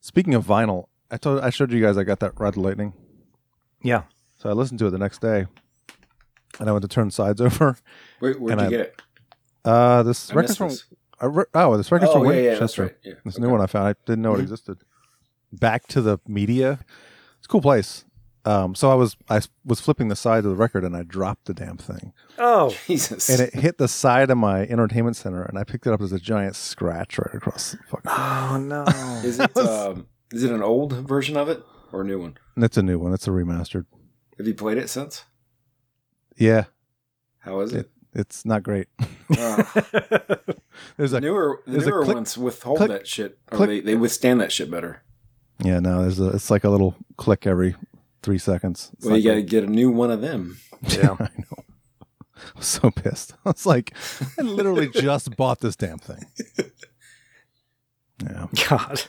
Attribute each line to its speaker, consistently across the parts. Speaker 1: Speaking of vinyl, I told I showed you guys I got that Ride the Lightning.
Speaker 2: Yeah.
Speaker 1: So I listened to it the next day, and I went to turn sides over.
Speaker 3: Where, where'd
Speaker 1: And
Speaker 3: you
Speaker 1: I-
Speaker 3: get it?
Speaker 1: Uh, this
Speaker 3: I
Speaker 1: record's
Speaker 3: missed
Speaker 1: from
Speaker 3: this.
Speaker 1: I re- oh this record's from
Speaker 3: yeah, yeah, that's
Speaker 1: Winchester.
Speaker 3: right. Mm-hmm. Yeah.
Speaker 1: This new one I found. I didn't know it existed. Back to the media. It's a cool place. Um, so I was I was flipping the side of the record and I dropped the damn thing
Speaker 2: Oh,
Speaker 3: Jesus.
Speaker 1: and it hit the side of my entertainment center and I picked it up as a giant scratch right across the fucking.
Speaker 2: oh no.
Speaker 3: Is it um, is it an old version of it or a new one?
Speaker 1: And it's a new one. It's a remastered.
Speaker 3: Have you played it since?
Speaker 1: Yeah,
Speaker 3: How is it?
Speaker 1: it's not great.
Speaker 3: Uh,
Speaker 1: There's a
Speaker 3: newer the
Speaker 1: there's a
Speaker 3: newer
Speaker 1: click-
Speaker 3: ones withhold
Speaker 1: click-
Speaker 3: that shit. Or
Speaker 1: click-
Speaker 3: they, they withstand that shit better.
Speaker 1: yeah no. There's a it's like a little click every three seconds. It's
Speaker 3: Well,
Speaker 1: not
Speaker 3: you got to
Speaker 1: great.
Speaker 3: get a new one of them.
Speaker 2: Yeah.
Speaker 1: I know. I was so pissed. I was like, I literally just bought this damn thing. Yeah.
Speaker 2: God.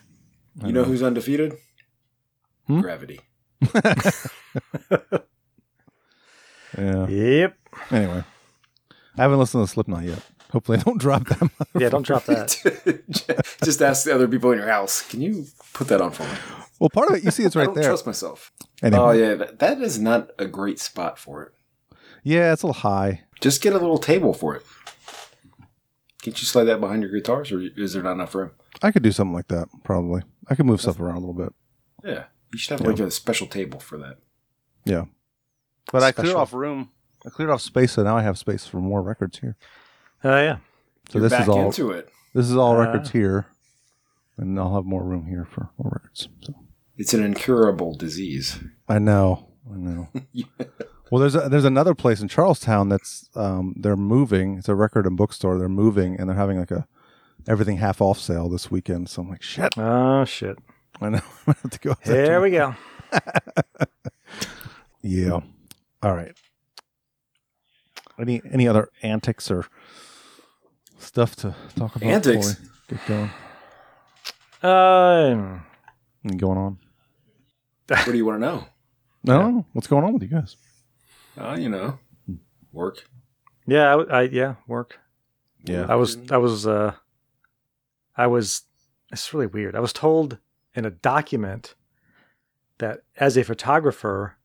Speaker 1: I
Speaker 3: You know who's undefeated?
Speaker 1: Hmm?
Speaker 3: Gravity.
Speaker 1: Yeah.
Speaker 2: Yep.
Speaker 1: Anyway, I haven't listened to Slipknot yet. Hopefully, I don't drop them.
Speaker 2: Yeah, don't drop that.
Speaker 3: Just ask the other people in your house. Can you put that on for me?
Speaker 1: well, part of it, you see, it's
Speaker 3: I
Speaker 1: right
Speaker 3: don't
Speaker 1: there.
Speaker 3: trust myself.
Speaker 1: anyway,
Speaker 3: Oh
Speaker 1: yeah.
Speaker 3: yeah, that, that is not a great spot for it.
Speaker 1: it's a little high.
Speaker 3: Just get a little table for it. Can't you slide that behind your guitars, or is there not enough room?
Speaker 1: I could do something like that. Probably, I could move stuff around a little bit.
Speaker 3: Yeah, you should have
Speaker 1: Yeah.
Speaker 3: like a special table for that.
Speaker 1: Yeah. But I cleared
Speaker 2: Special.
Speaker 1: off room. I cleared off space, so now I have space for more records here.
Speaker 2: Oh yeah.
Speaker 1: So
Speaker 3: You're
Speaker 1: this
Speaker 3: back
Speaker 1: is all
Speaker 3: into it.
Speaker 1: this is all
Speaker 2: Ah.
Speaker 1: records here, and I'll have more room here for more records. So.
Speaker 3: It's an incurable disease.
Speaker 1: I know, I know. Well, there's a, there's another place in Charlestown that's um, they're moving. It's a record and bookstore. They're moving, and they're having like a everything half off sale this weekend. So I'm like, shit,
Speaker 2: Oh shit.
Speaker 1: I know. I have to go. out there
Speaker 2: Here
Speaker 1: too.
Speaker 2: we go.
Speaker 1: yeah. All right. Any any other antics or stuff to talk about? before
Speaker 3: Antics?
Speaker 1: we Get going.
Speaker 2: Um.
Speaker 1: Anything Going on?
Speaker 3: what do you want to know?
Speaker 1: No. What's going on with you guys?
Speaker 3: Uh, you know, work.
Speaker 2: Yeah. I w- I, yeah. Work.
Speaker 1: Yeah.
Speaker 2: I was. I was. Uh. I was. It's really weird. I was told in a document that as a photographer,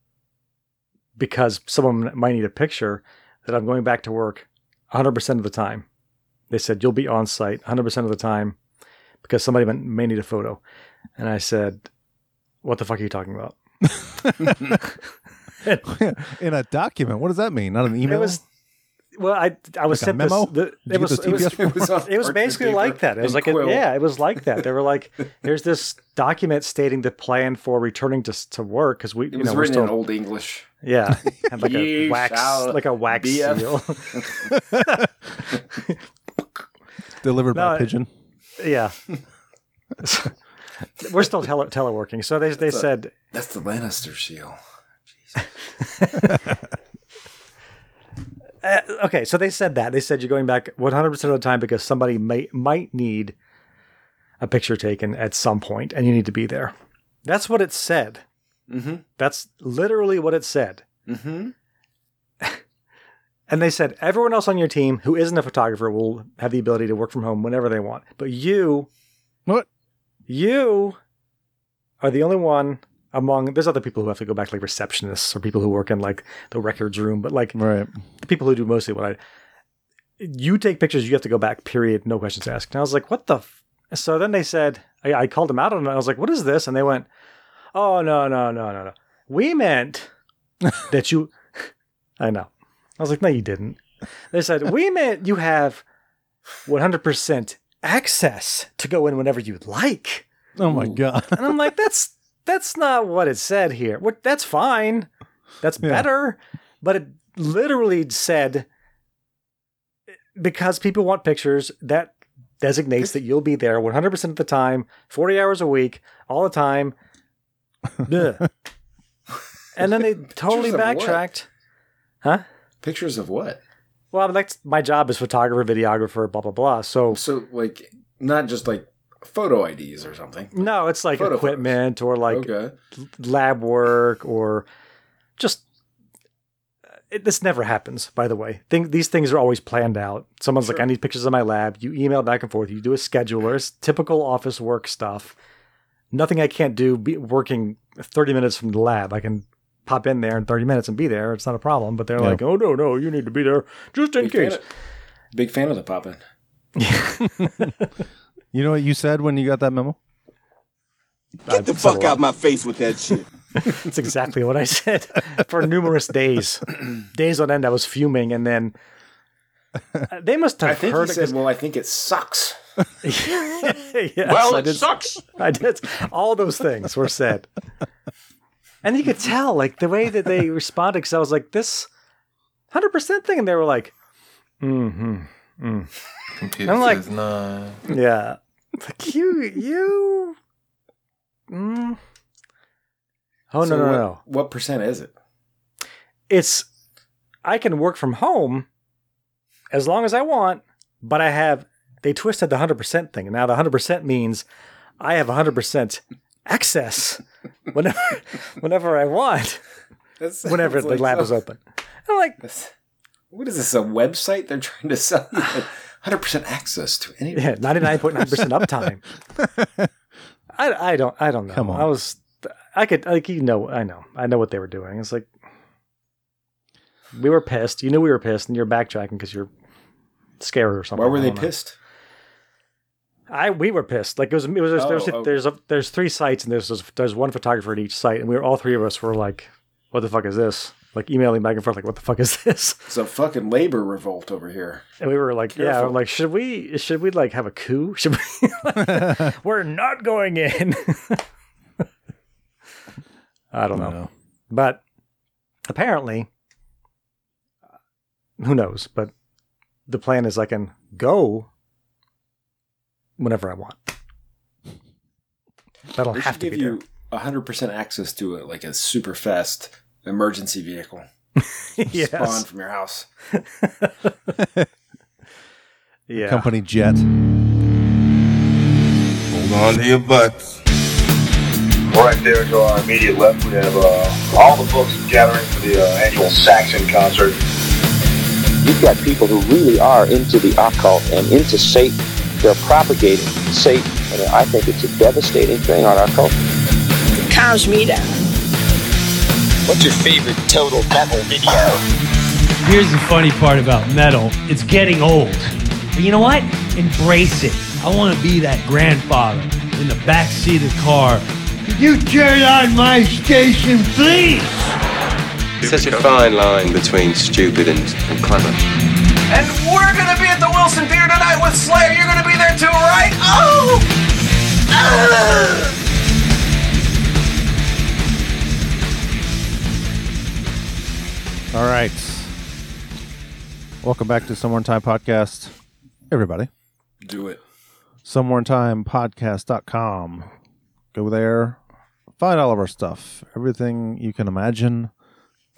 Speaker 2: because someone might need a picture, that I'm going back to work 100% of the time. They said you'll be on site 100% of the time because somebody may- may need a photo, and I said, "What the fuck are you talking about?"
Speaker 1: in a document. What does that mean? Not an email.
Speaker 2: It was well, I I was
Speaker 1: Like a
Speaker 2: sent this-
Speaker 1: memo?
Speaker 2: the-
Speaker 1: Did
Speaker 2: it
Speaker 1: you
Speaker 2: was
Speaker 1: get the
Speaker 2: it was
Speaker 1: TPS report?
Speaker 3: on
Speaker 2: it was
Speaker 3: parchment
Speaker 2: basically
Speaker 3: paper
Speaker 2: like that. It was
Speaker 3: and
Speaker 2: like a,
Speaker 3: quill.
Speaker 2: yeah, it was like that. They were like, "Here's this document stating the plan for returning to to work because we
Speaker 3: It
Speaker 2: you
Speaker 3: was
Speaker 2: know we're
Speaker 3: written
Speaker 2: still
Speaker 3: in Old English.
Speaker 2: yeah had like a
Speaker 3: You
Speaker 2: wax
Speaker 3: shall
Speaker 2: like a wax
Speaker 3: be a-
Speaker 2: seal
Speaker 1: delivered by
Speaker 2: No, it-
Speaker 1: pigeon.
Speaker 2: yeah." We're still tele- teleworking, so they they
Speaker 3: a-
Speaker 2: said
Speaker 3: That's the Lannister seal.
Speaker 2: Uh, okay, so they said that. They said you're going back 100% of the time because somebody may, might need a picture taken at some point and you need to be there. That's what it said.
Speaker 3: Mm-hmm.
Speaker 2: That's literally what it said.
Speaker 3: Mm-hmm.
Speaker 2: And they said everyone else on your team who isn't a photographer will have the ability to work from home whenever they want. But you,
Speaker 1: What?
Speaker 2: you are the only one among there's other people who have to go back like receptionists or people who work in like the records room, but like
Speaker 1: Right.
Speaker 2: the people who do mostly what I you take pictures, you have to go back, period, no questions asked. And I was like, what the? F-? So then they said, I, I called them out on it. I was like, what is this? And they went, oh, no, no, no, no, no. We meant that you, I know. I was like, no, you didn't. They said, we meant you have 100% access to go in whenever you'd like.
Speaker 1: Oh my
Speaker 3: Ooh.
Speaker 1: god.
Speaker 2: And I'm like, that's that's not what it said here. What that's fine. That's
Speaker 1: Yeah.
Speaker 2: better. But it literally said because people want pictures, that designates that you'll be there 100% of the time, 40 hours a week, all the time. Bleh. and then they totally
Speaker 3: Pictures of what?
Speaker 2: backtracked.
Speaker 3: Pictures of what?
Speaker 2: Well, I mean, that's my job is photographer, videographer, blah blah blah. So
Speaker 3: So like not just like photo IDs or something.
Speaker 2: no, it's like
Speaker 3: Photo photos.
Speaker 2: equipment or like
Speaker 3: okay.
Speaker 2: lab work or just it, this never happens by the way Thing, these things are always planned out someone's like
Speaker 3: Sure.
Speaker 2: i need pictures of my lab you email back and forth you do a scheduler it's typical office work stuff nothing I can't do be working 30 minutes from the lab. I can pop in there in 30 minutes and be there. It's not a problem. But they're
Speaker 1: Yeah.
Speaker 2: like, oh, no, no, you need to be there just in
Speaker 3: Big fan,
Speaker 2: case.
Speaker 3: of, big fan of the pop in.
Speaker 1: You know what you said when you got that memo?
Speaker 2: I
Speaker 4: Get the
Speaker 2: said a
Speaker 4: fuck
Speaker 2: lot.
Speaker 4: out my face with that shit.
Speaker 2: That's exactly what I said for numerous days. days on end, I was fuming. And then Uh, they must have
Speaker 3: I think he
Speaker 2: heard it.
Speaker 3: said, well, I think it sucks.
Speaker 2: yes,
Speaker 5: well,
Speaker 2: I
Speaker 5: it
Speaker 2: did
Speaker 5: sucks.
Speaker 2: I did. All those things were said. And you could tell, like, the way that they responded, because I was like, this 100% thing. And they were like, mm hmm. I'm like-
Speaker 5: This is not-
Speaker 2: Yeah. Like, you, you. Mm. Oh,
Speaker 3: So
Speaker 2: no, no,
Speaker 3: what,
Speaker 2: no.
Speaker 3: What percent is it?
Speaker 2: It's, I can work from home as long as I want, but I have, they twisted the 100% thing. Now the 100% means I have 100% access whenever, whenever I want.
Speaker 3: That's,
Speaker 2: whenever
Speaker 3: it's
Speaker 2: the
Speaker 3: like,
Speaker 2: lab
Speaker 3: oh,
Speaker 2: is open. I'm like,
Speaker 3: that's- what is this? A website they're trying to sell you? 100% access to any.
Speaker 2: yeah, ninety nine point nine percent uptime. I, I don't I don't know.
Speaker 1: Come on.
Speaker 2: I was I could like you know I know I know what they were doing. It's like we were pissed. You knew we were pissed, and you're backtracking because you're scared or something.
Speaker 3: Why were
Speaker 2: I
Speaker 3: they
Speaker 2: don't know.
Speaker 3: pissed?
Speaker 2: I we were pissed. Like it was it was there's
Speaker 3: Oh,
Speaker 2: there's,
Speaker 3: okay.
Speaker 2: there's, a, there's three sites and there's there's one photographer at each site, and we were all three of us were like, what the fuck is this? Like emailing back and forth, like what the fuck is this?
Speaker 3: It's a fucking labor revolt over here.
Speaker 2: And we were like, yeah,
Speaker 3: Careful.
Speaker 2: I'm like, should we should we like have a coup? Should we we're not going in? I don't know.
Speaker 1: No.
Speaker 2: But apparently who knows, but the plan is I can go whenever I want. That'll
Speaker 3: They
Speaker 2: have
Speaker 3: should
Speaker 2: to
Speaker 3: give
Speaker 2: be
Speaker 3: you 100% access to it, like a super fast emergency vehicle.
Speaker 2: there.
Speaker 3: Spawn
Speaker 2: yes.
Speaker 3: from your house.
Speaker 2: Yeah.
Speaker 1: Company jet.
Speaker 6: Hold on to your butts.
Speaker 7: Right there to our immediate left, we have uh, all the folks gathering for the uh, annual Saxon concert.
Speaker 8: you've got people who really are into the occult and into Satan. They're propagating Satan. And I think it's a devastating thing on our culture.
Speaker 9: calms me down.
Speaker 8: What's your favorite total metal video?
Speaker 10: Here's the funny part about metal it's getting old. But you know what? Embrace it. I want to be that grandfather in the backseat of the car. Could you turn on my station, please?
Speaker 11: Such a fine line between stupid and, and clever.
Speaker 6: And we're gonna be at the Wilson Theater tonight with Slayer. You're gonna be there too, right? Oh!
Speaker 1: All right. Welcome back to Somewhere in Time Podcast, everybody.
Speaker 3: Do it.
Speaker 1: Somewhere in Time Podcast.com. Go there, find all of our stuff, everything you can imagine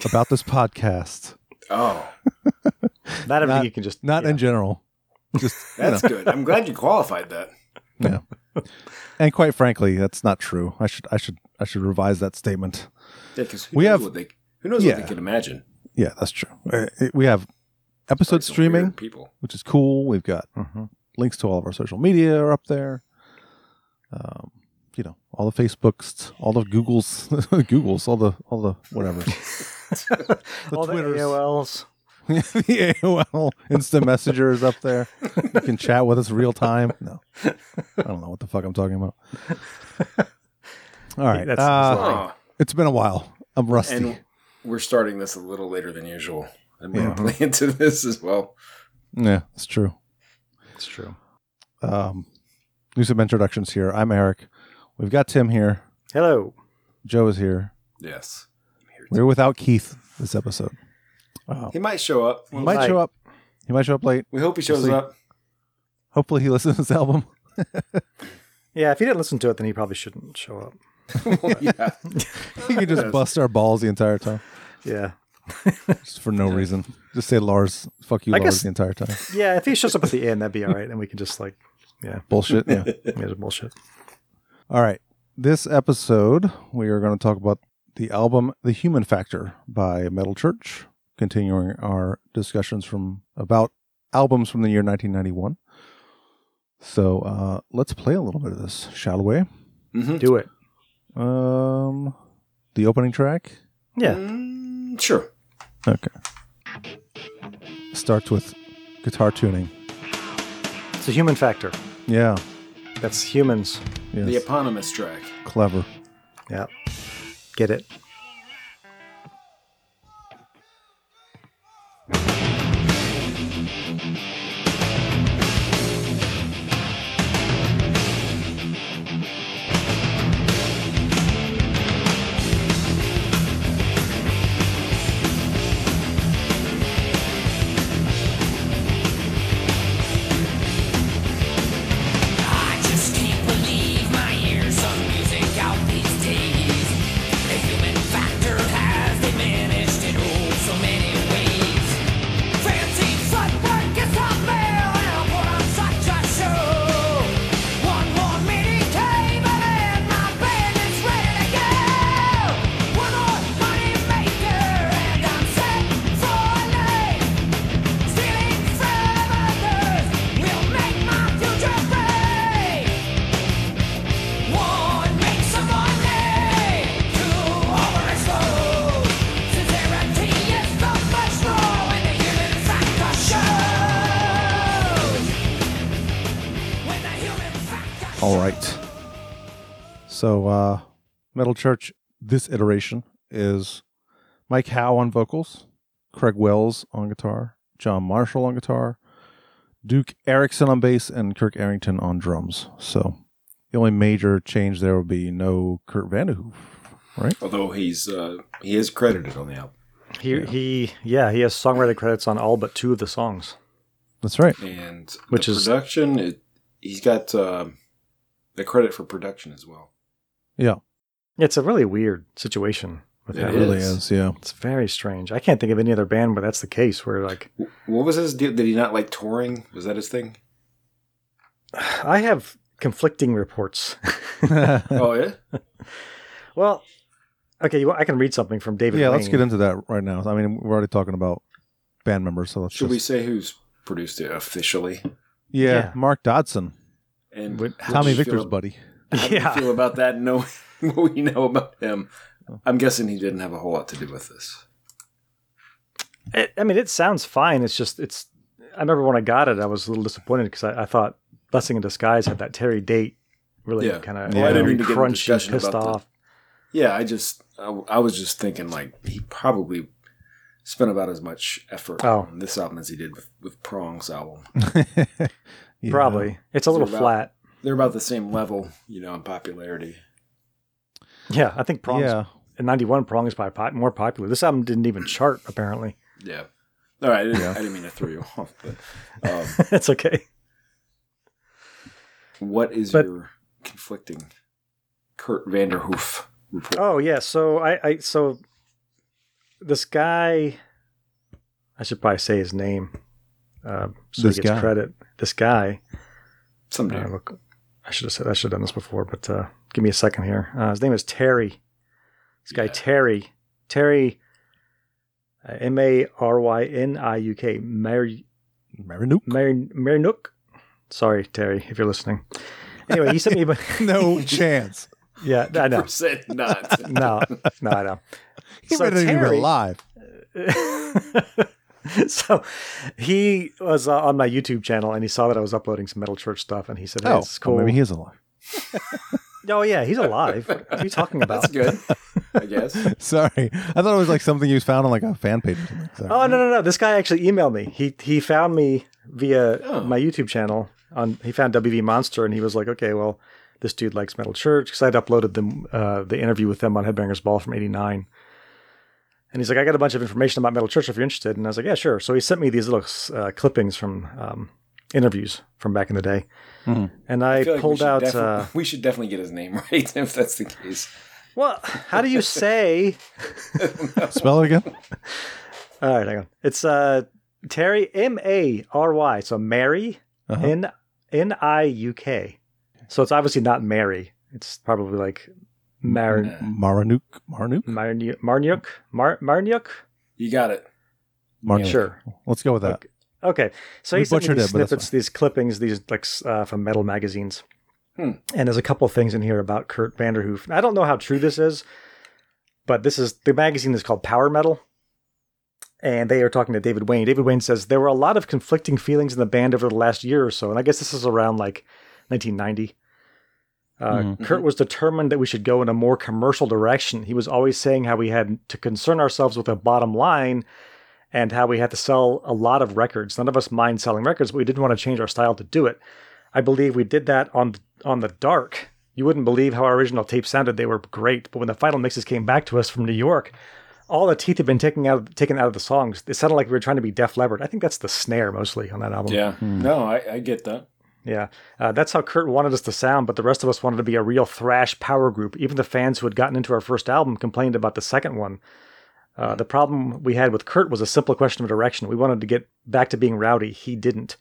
Speaker 1: about this podcast.
Speaker 3: Oh,
Speaker 2: That I
Speaker 1: Not-
Speaker 2: think you can just
Speaker 1: Not
Speaker 2: yeah.
Speaker 1: in general. Just you know.
Speaker 3: that's good. I'm glad you qualified that.
Speaker 1: Yeah. and quite frankly, that's not true. I should I should I should revise that statement.
Speaker 3: Yeah, because who
Speaker 1: We
Speaker 3: knows
Speaker 1: have-
Speaker 3: what they who knows what
Speaker 1: yeah.
Speaker 3: they can imagine.
Speaker 1: Yeah, that's true. Uh, it- We have episode
Speaker 3: Like some
Speaker 1: streaming,
Speaker 3: weird people.
Speaker 1: which is cool. We've got
Speaker 2: Mhm.
Speaker 1: links to all of our social media are up there. Um, you know, all the Facebooks, all the Googles, Googles, all the all the whatever. The
Speaker 2: all the
Speaker 1: Twitters.
Speaker 2: AOLs.
Speaker 1: the AOL instant messenger is up there. You can chat with us real time. No, I don't know what the fuck I'm talking about. All right,
Speaker 2: That's-
Speaker 1: uh,
Speaker 2: that's
Speaker 3: Oh,
Speaker 1: it's been a while. I'm rusty.
Speaker 3: and we're starting this a little later than usual. I'm
Speaker 1: Yeah.
Speaker 3: going to play into this as well.
Speaker 1: yeah, it's true.
Speaker 2: It's true.
Speaker 1: Um, do some introductions here. I'm Eric. We've got Tim here.
Speaker 2: Hello.
Speaker 1: Joe is here.
Speaker 3: Yes, Here
Speaker 1: We're without Keith this episode. Wow.
Speaker 3: he might show up.
Speaker 1: He might show up. He might show up late.
Speaker 3: We hope he shows
Speaker 1: We'll see.
Speaker 3: up.
Speaker 1: Hopefully, he listens to this album.
Speaker 2: Yeah, if he didn't listen to it, then he probably shouldn't show up.
Speaker 3: yeah,
Speaker 1: he can just
Speaker 3: Yes.
Speaker 1: bust our balls the entire time,
Speaker 2: Yeah.
Speaker 1: just for no reason. Just say Lars, fuck you,
Speaker 2: I
Speaker 1: Lars,
Speaker 2: guess-
Speaker 1: the entire time.
Speaker 2: Yeah, if he shows up at the end, that'd be all right. And we can just like,
Speaker 1: Bullshit. Yeah.
Speaker 2: yeah, it's bullshit.
Speaker 1: All right. This episode, we are going to talk about the album The Human Factor by Metal Church, continuing our discussions from about albums from the year 1991. So uh, let's play a little bit of this, shall we?
Speaker 3: Hmm.
Speaker 2: Do it.
Speaker 1: Um, the opening track.
Speaker 2: Yeah.
Speaker 3: sure.
Speaker 1: Okay. Starts with guitar tuning.
Speaker 2: It's a human factor.
Speaker 1: Yeah.
Speaker 2: That's humans.
Speaker 1: Yes.
Speaker 3: The eponymous track.
Speaker 1: Clever.
Speaker 2: Yeah. Get it.
Speaker 5: I just can't believe my ears of music out these days. The human factor has diminished in oh so many ways. Fancy footwork is a fail and I put on such a show. One more meeting came and then my band is ready to go. One more money maker and I'm set for life. Stealing from others will make my future great. One makes someone lay to overexpose. Sincerity is the mushroom in the human factor shows. When the human
Speaker 1: All right. So, uh, Metal Church, this iteration is Mike Howe on vocals, Craig Wells on guitar, John Marshall on guitar, Duke Erickson on bass, and Kirk Arrington on drums. So, the only major change there would be no Kurt Vandehoof, right?
Speaker 3: Although he's uh, he is credited on the album.
Speaker 2: He he yeah, he has songwriter credits on all but two of the songs.
Speaker 1: That's right.
Speaker 3: And
Speaker 2: Which
Speaker 3: Which
Speaker 2: is-
Speaker 3: is production. It, he's got uh, the credit for production as well.
Speaker 1: Yeah.
Speaker 2: It's a really weird situation with
Speaker 3: It
Speaker 2: that.
Speaker 1: really is, yeah.
Speaker 2: It's very strange. I can't think of any other band where that's the case where like
Speaker 3: What was his deal? Did he not like touring? Was that his thing?
Speaker 2: I have conflicting reports.
Speaker 3: oh yeah.
Speaker 2: well, okay, you, I can read something from David
Speaker 1: yeah, let's
Speaker 2: Lane.
Speaker 1: get into that right now. I mean, we're already talking about band members, so let's
Speaker 3: Should
Speaker 1: just,
Speaker 3: we say who's produced it officially?
Speaker 1: yeah,
Speaker 3: Yeah.
Speaker 1: Mark Dodson,
Speaker 3: And how do
Speaker 1: Tommy
Speaker 3: you
Speaker 1: Victor's
Speaker 3: feel-
Speaker 1: buddy.
Speaker 3: How do you feel about that? Knowing what we know about him, I'm guessing he didn't have a whole lot to do with this.
Speaker 2: It, I mean, it sounds fine. It's just it's. I remember when I got it, I was a little disappointed because I, I thought "Blessing in Disguise" had that Terry Date really
Speaker 3: Yeah.
Speaker 2: kind of
Speaker 3: Well, I didn't mean to get into
Speaker 2: crunchy,
Speaker 3: discussion
Speaker 2: pissed
Speaker 3: about the-
Speaker 2: off.
Speaker 3: Yeah, I just I, I was just thinking like he probably spent about as much effort
Speaker 2: Oh.
Speaker 3: on this album as he did with, with Prong's album.
Speaker 1: Yeah.
Speaker 2: Probably, it's a little
Speaker 3: They're about-
Speaker 2: flat.
Speaker 3: They're about the same level, you know, in popularity.
Speaker 2: Yeah, I think Prong.
Speaker 1: Yeah.
Speaker 2: In '91, Prong is probably pop, more popular. This album didn't even chart apparently.
Speaker 3: Yeah. All right, I didn't,
Speaker 1: Yeah.
Speaker 3: I didn't mean to throw you off, but um,
Speaker 2: it's okay.
Speaker 3: what is
Speaker 2: But-
Speaker 3: your conflicting Kurt Vanderhoof report?
Speaker 2: Oh yeah, so I, I so this guy, I should probably say his name, uh, so
Speaker 1: This
Speaker 2: he gets
Speaker 1: guy.
Speaker 2: credit. This guy.
Speaker 3: Someday.
Speaker 2: Uh, look, I should have said I should have done this before, but uh, give me a second here. Uh, his name is Terry. This guy Terry Terry uh, M A R Y N I U K Mary
Speaker 1: Marinook.
Speaker 2: Mary Marinook. Sorry, Terry, if you're listening. Anyway, he sent me. a-
Speaker 1: no chance.
Speaker 2: yeah, I know.
Speaker 3: Percent not.
Speaker 2: No, no, I know.
Speaker 1: He
Speaker 2: So
Speaker 1: might not even be
Speaker 2: Terry-
Speaker 1: alive.
Speaker 2: so he was uh, on my YouTube channel and he saw that I was uploading some metal church stuff and he said, hey,
Speaker 1: Oh,
Speaker 2: it's cool.
Speaker 1: well, maybe he is alive.
Speaker 2: oh, yeah, he's alive. what are you talking about?
Speaker 3: That's good, I guess.
Speaker 1: Sorry, I thought it was like something you found on like a fan page. Or something. Sorry.
Speaker 2: Oh, no, no, no. This guy actually emailed me. He he found me via
Speaker 3: Oh.
Speaker 2: my YouTube channel. On He found WV Monster and he was like, okay, well, this dude likes metal church because I'd uploaded them, uh, the interview with them on Headbangers Ball from 89. And he's like, I got a bunch of information about Metal Church if you're interested. And I was like, yeah, sure. So he sent me these little uh, clippings from um, interviews from back in the day. And I,
Speaker 3: Hmm. feel like we
Speaker 2: pulled
Speaker 3: should
Speaker 2: out.
Speaker 3: defi-
Speaker 2: Uh,
Speaker 3: we should definitely get his name right if that's the case.
Speaker 2: well, how do you say?
Speaker 1: Spell it again.
Speaker 2: All right, hang on. It's uh, Terry M A R Y. So Mary
Speaker 1: Uh-huh.
Speaker 2: N N I U K. So it's obviously not Mary. It's probably like Mar
Speaker 3: Uh,
Speaker 1: Maranook. Maranook.
Speaker 2: Marniuk Marniuk Mar- Marniuk.
Speaker 3: You got it.
Speaker 1: Maranook.
Speaker 2: Sure.
Speaker 1: Let's go with that.
Speaker 2: Okay. So
Speaker 1: We
Speaker 2: he sent me
Speaker 1: butchered
Speaker 2: these
Speaker 1: it, but that's
Speaker 2: snippets, these clippings, these like s- uh, from metal magazines.
Speaker 3: Hmm.
Speaker 2: And there's a couple of things in here about Kurt Vanderhoof. I don't know how true this is, but this is the magazine is called Power Metal. And they are talking to David Wayne. David Wayne says there were a lot of conflicting feelings in the band over the last year or so. And I guess this is around like 1990. Uh,
Speaker 12: Mhm.
Speaker 2: Kurt was determined that we should go in a more commercial direction. He was always saying how we had to concern ourselves with a bottom line and how we had to sell a lot of records. None of us mind selling records, but we didn't want to change our style to do it. I believe we did that on on the dark. You wouldn't believe how our original tapes sounded. They were great, but when the final mixes came back to us from New York, all the teeth had been taken out of, taken out of the songs. It sounded like we were trying to be Def Leppard. I think that's the snare mostly on that album.
Speaker 3: Yeah. No, I, I get that.
Speaker 2: Yeah, uh, that's how Kurt wanted us to sound, but the rest of us wanted to be a real thrash power group. Even the fans who had gotten into our first album complained about the second one. Uh, the problem we had with Kurt was a simple question of direction. We wanted to get back to being rowdy. He didn't.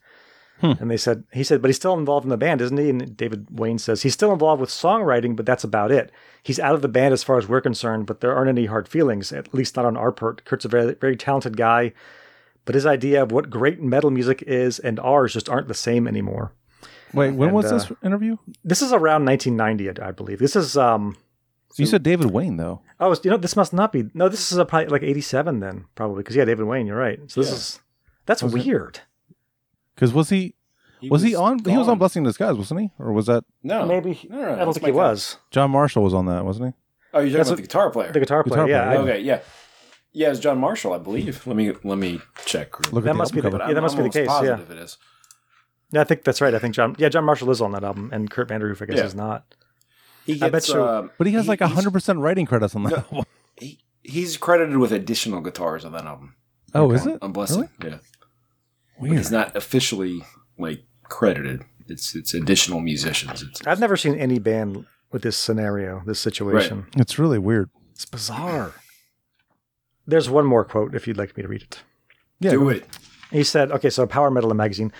Speaker 2: And they said, he said, but he's still involved in the band, isn't he? And David Wayne says, he's still involved with songwriting, but that's about it. He's out of the band as far as we're concerned, but there aren't any hard feelings, at least not on our part. Kurt's a very, very talented guy, but his idea of what great metal music is and ours just aren't the same anymore.
Speaker 1: Wait, when
Speaker 2: And,
Speaker 1: was
Speaker 2: uh,
Speaker 1: this interview?
Speaker 2: This is around 1990, I I believe. This is um.
Speaker 1: you said David Wayne though.
Speaker 2: Oh, you know, this must not be. No, this is a, probably like 87 then, probably because yeah, David Wayne. You're right. So this
Speaker 1: Yeah.
Speaker 2: is that's
Speaker 1: Was it-
Speaker 2: weird.
Speaker 1: Because was he,
Speaker 3: He
Speaker 1: was, he
Speaker 3: was
Speaker 1: on? He was on
Speaker 3: gone.
Speaker 1: Blessing in Disguise, wasn't he? Or was that
Speaker 3: No.
Speaker 2: Maybe-
Speaker 3: No, no, no,
Speaker 2: I don't
Speaker 3: that's
Speaker 2: think
Speaker 3: my
Speaker 2: he
Speaker 3: guy.
Speaker 2: was.
Speaker 1: John Marshall was on that, wasn't
Speaker 3: Oh, you're talking
Speaker 2: That's
Speaker 3: about
Speaker 2: what-
Speaker 3: the guitar player.
Speaker 2: the guitar
Speaker 1: Guitar
Speaker 2: player,
Speaker 1: player,
Speaker 2: yeah, I-
Speaker 3: Okay, yeah. Yeah, it's John Marshall, I believe. Let me let me check. real
Speaker 2: Look at That the must album be the- cover. yeah, that
Speaker 3: I'm
Speaker 2: must be the
Speaker 3: almost
Speaker 2: case, yeah.
Speaker 3: Positive it is.
Speaker 2: Yeah, I think that's right. I think John. Yeah, John Marshall is on that album, and Kurt Vanderhoof, I guess,
Speaker 3: Yeah.
Speaker 2: is not.
Speaker 3: He
Speaker 2: I
Speaker 3: gets,
Speaker 2: bet you.
Speaker 3: uh,
Speaker 1: But he has like like hundred percent writing credits on that. album.
Speaker 3: He's credited with additional guitars on that album.
Speaker 1: Oh, is it?
Speaker 3: On Blessing, yeah. But He's not officially like credited. It's it's additional musicians. It's
Speaker 2: I've never seen any band with this scenario, this situation.
Speaker 1: It's really weird.
Speaker 2: It's bizarre. There's one more quote if you'd like me to read it.
Speaker 1: Yeah,
Speaker 3: do it.
Speaker 2: He said, okay, so Power Metal magazine.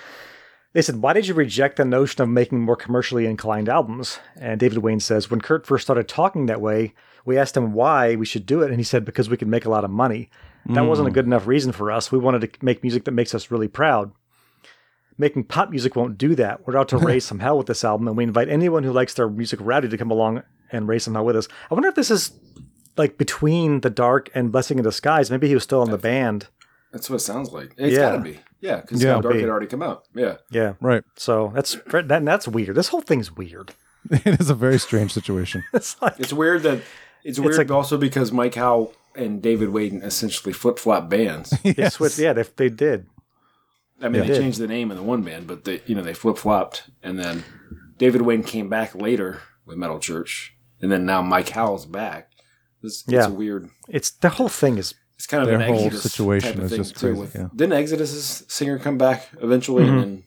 Speaker 2: They said, why did you reject the notion of making more commercially inclined albums? And David Wayne says, when Kurt first started talking that way, we asked him why we should do it. And he said, because we could make a lot of money. That wasn't a
Speaker 1: Mm.
Speaker 2: good enough reason for us. We wanted to make music that makes us really proud. Making pop music won't do that. We're out to raise some hell with this album, and we invite anyone who likes their music rowdy to come along and raise some hell with us. I wonder if this is like between The Dark and Blessing in Disguise. Maybe he was still in the band.
Speaker 3: That's what it sounds like. It's
Speaker 2: Yeah.
Speaker 3: gotta be. Yeah, because
Speaker 2: Yeah.
Speaker 3: Dark
Speaker 2: Be.
Speaker 3: had already come out. Yeah.
Speaker 2: Yeah.
Speaker 1: Right.
Speaker 2: So that's that, that's weird. This whole thing's weird.
Speaker 1: it? it is a very strange situation.
Speaker 2: It's like
Speaker 3: It's weird that it's weird also because Mike Howe and David Waden essentially flip flop bands.
Speaker 2: they switched. Yeah, they, they did.
Speaker 3: I mean,
Speaker 2: They
Speaker 3: they
Speaker 2: did.
Speaker 3: changed the name in the one band, but they, you know, they flip flopped, and then David Wayne came back later with Metal Church, and then now Mike Howell's back. It's,
Speaker 2: Yeah.
Speaker 3: it's weird.
Speaker 2: It's the whole thing is
Speaker 3: It's kind of
Speaker 1: Their
Speaker 3: an
Speaker 1: whole
Speaker 3: Exodus
Speaker 1: situation
Speaker 3: type of
Speaker 1: is
Speaker 3: thing
Speaker 1: just
Speaker 3: too,
Speaker 1: crazy,
Speaker 3: with-
Speaker 1: yeah.
Speaker 3: Didn't Exodus's singer come back eventually,
Speaker 1: Mhm.
Speaker 3: and then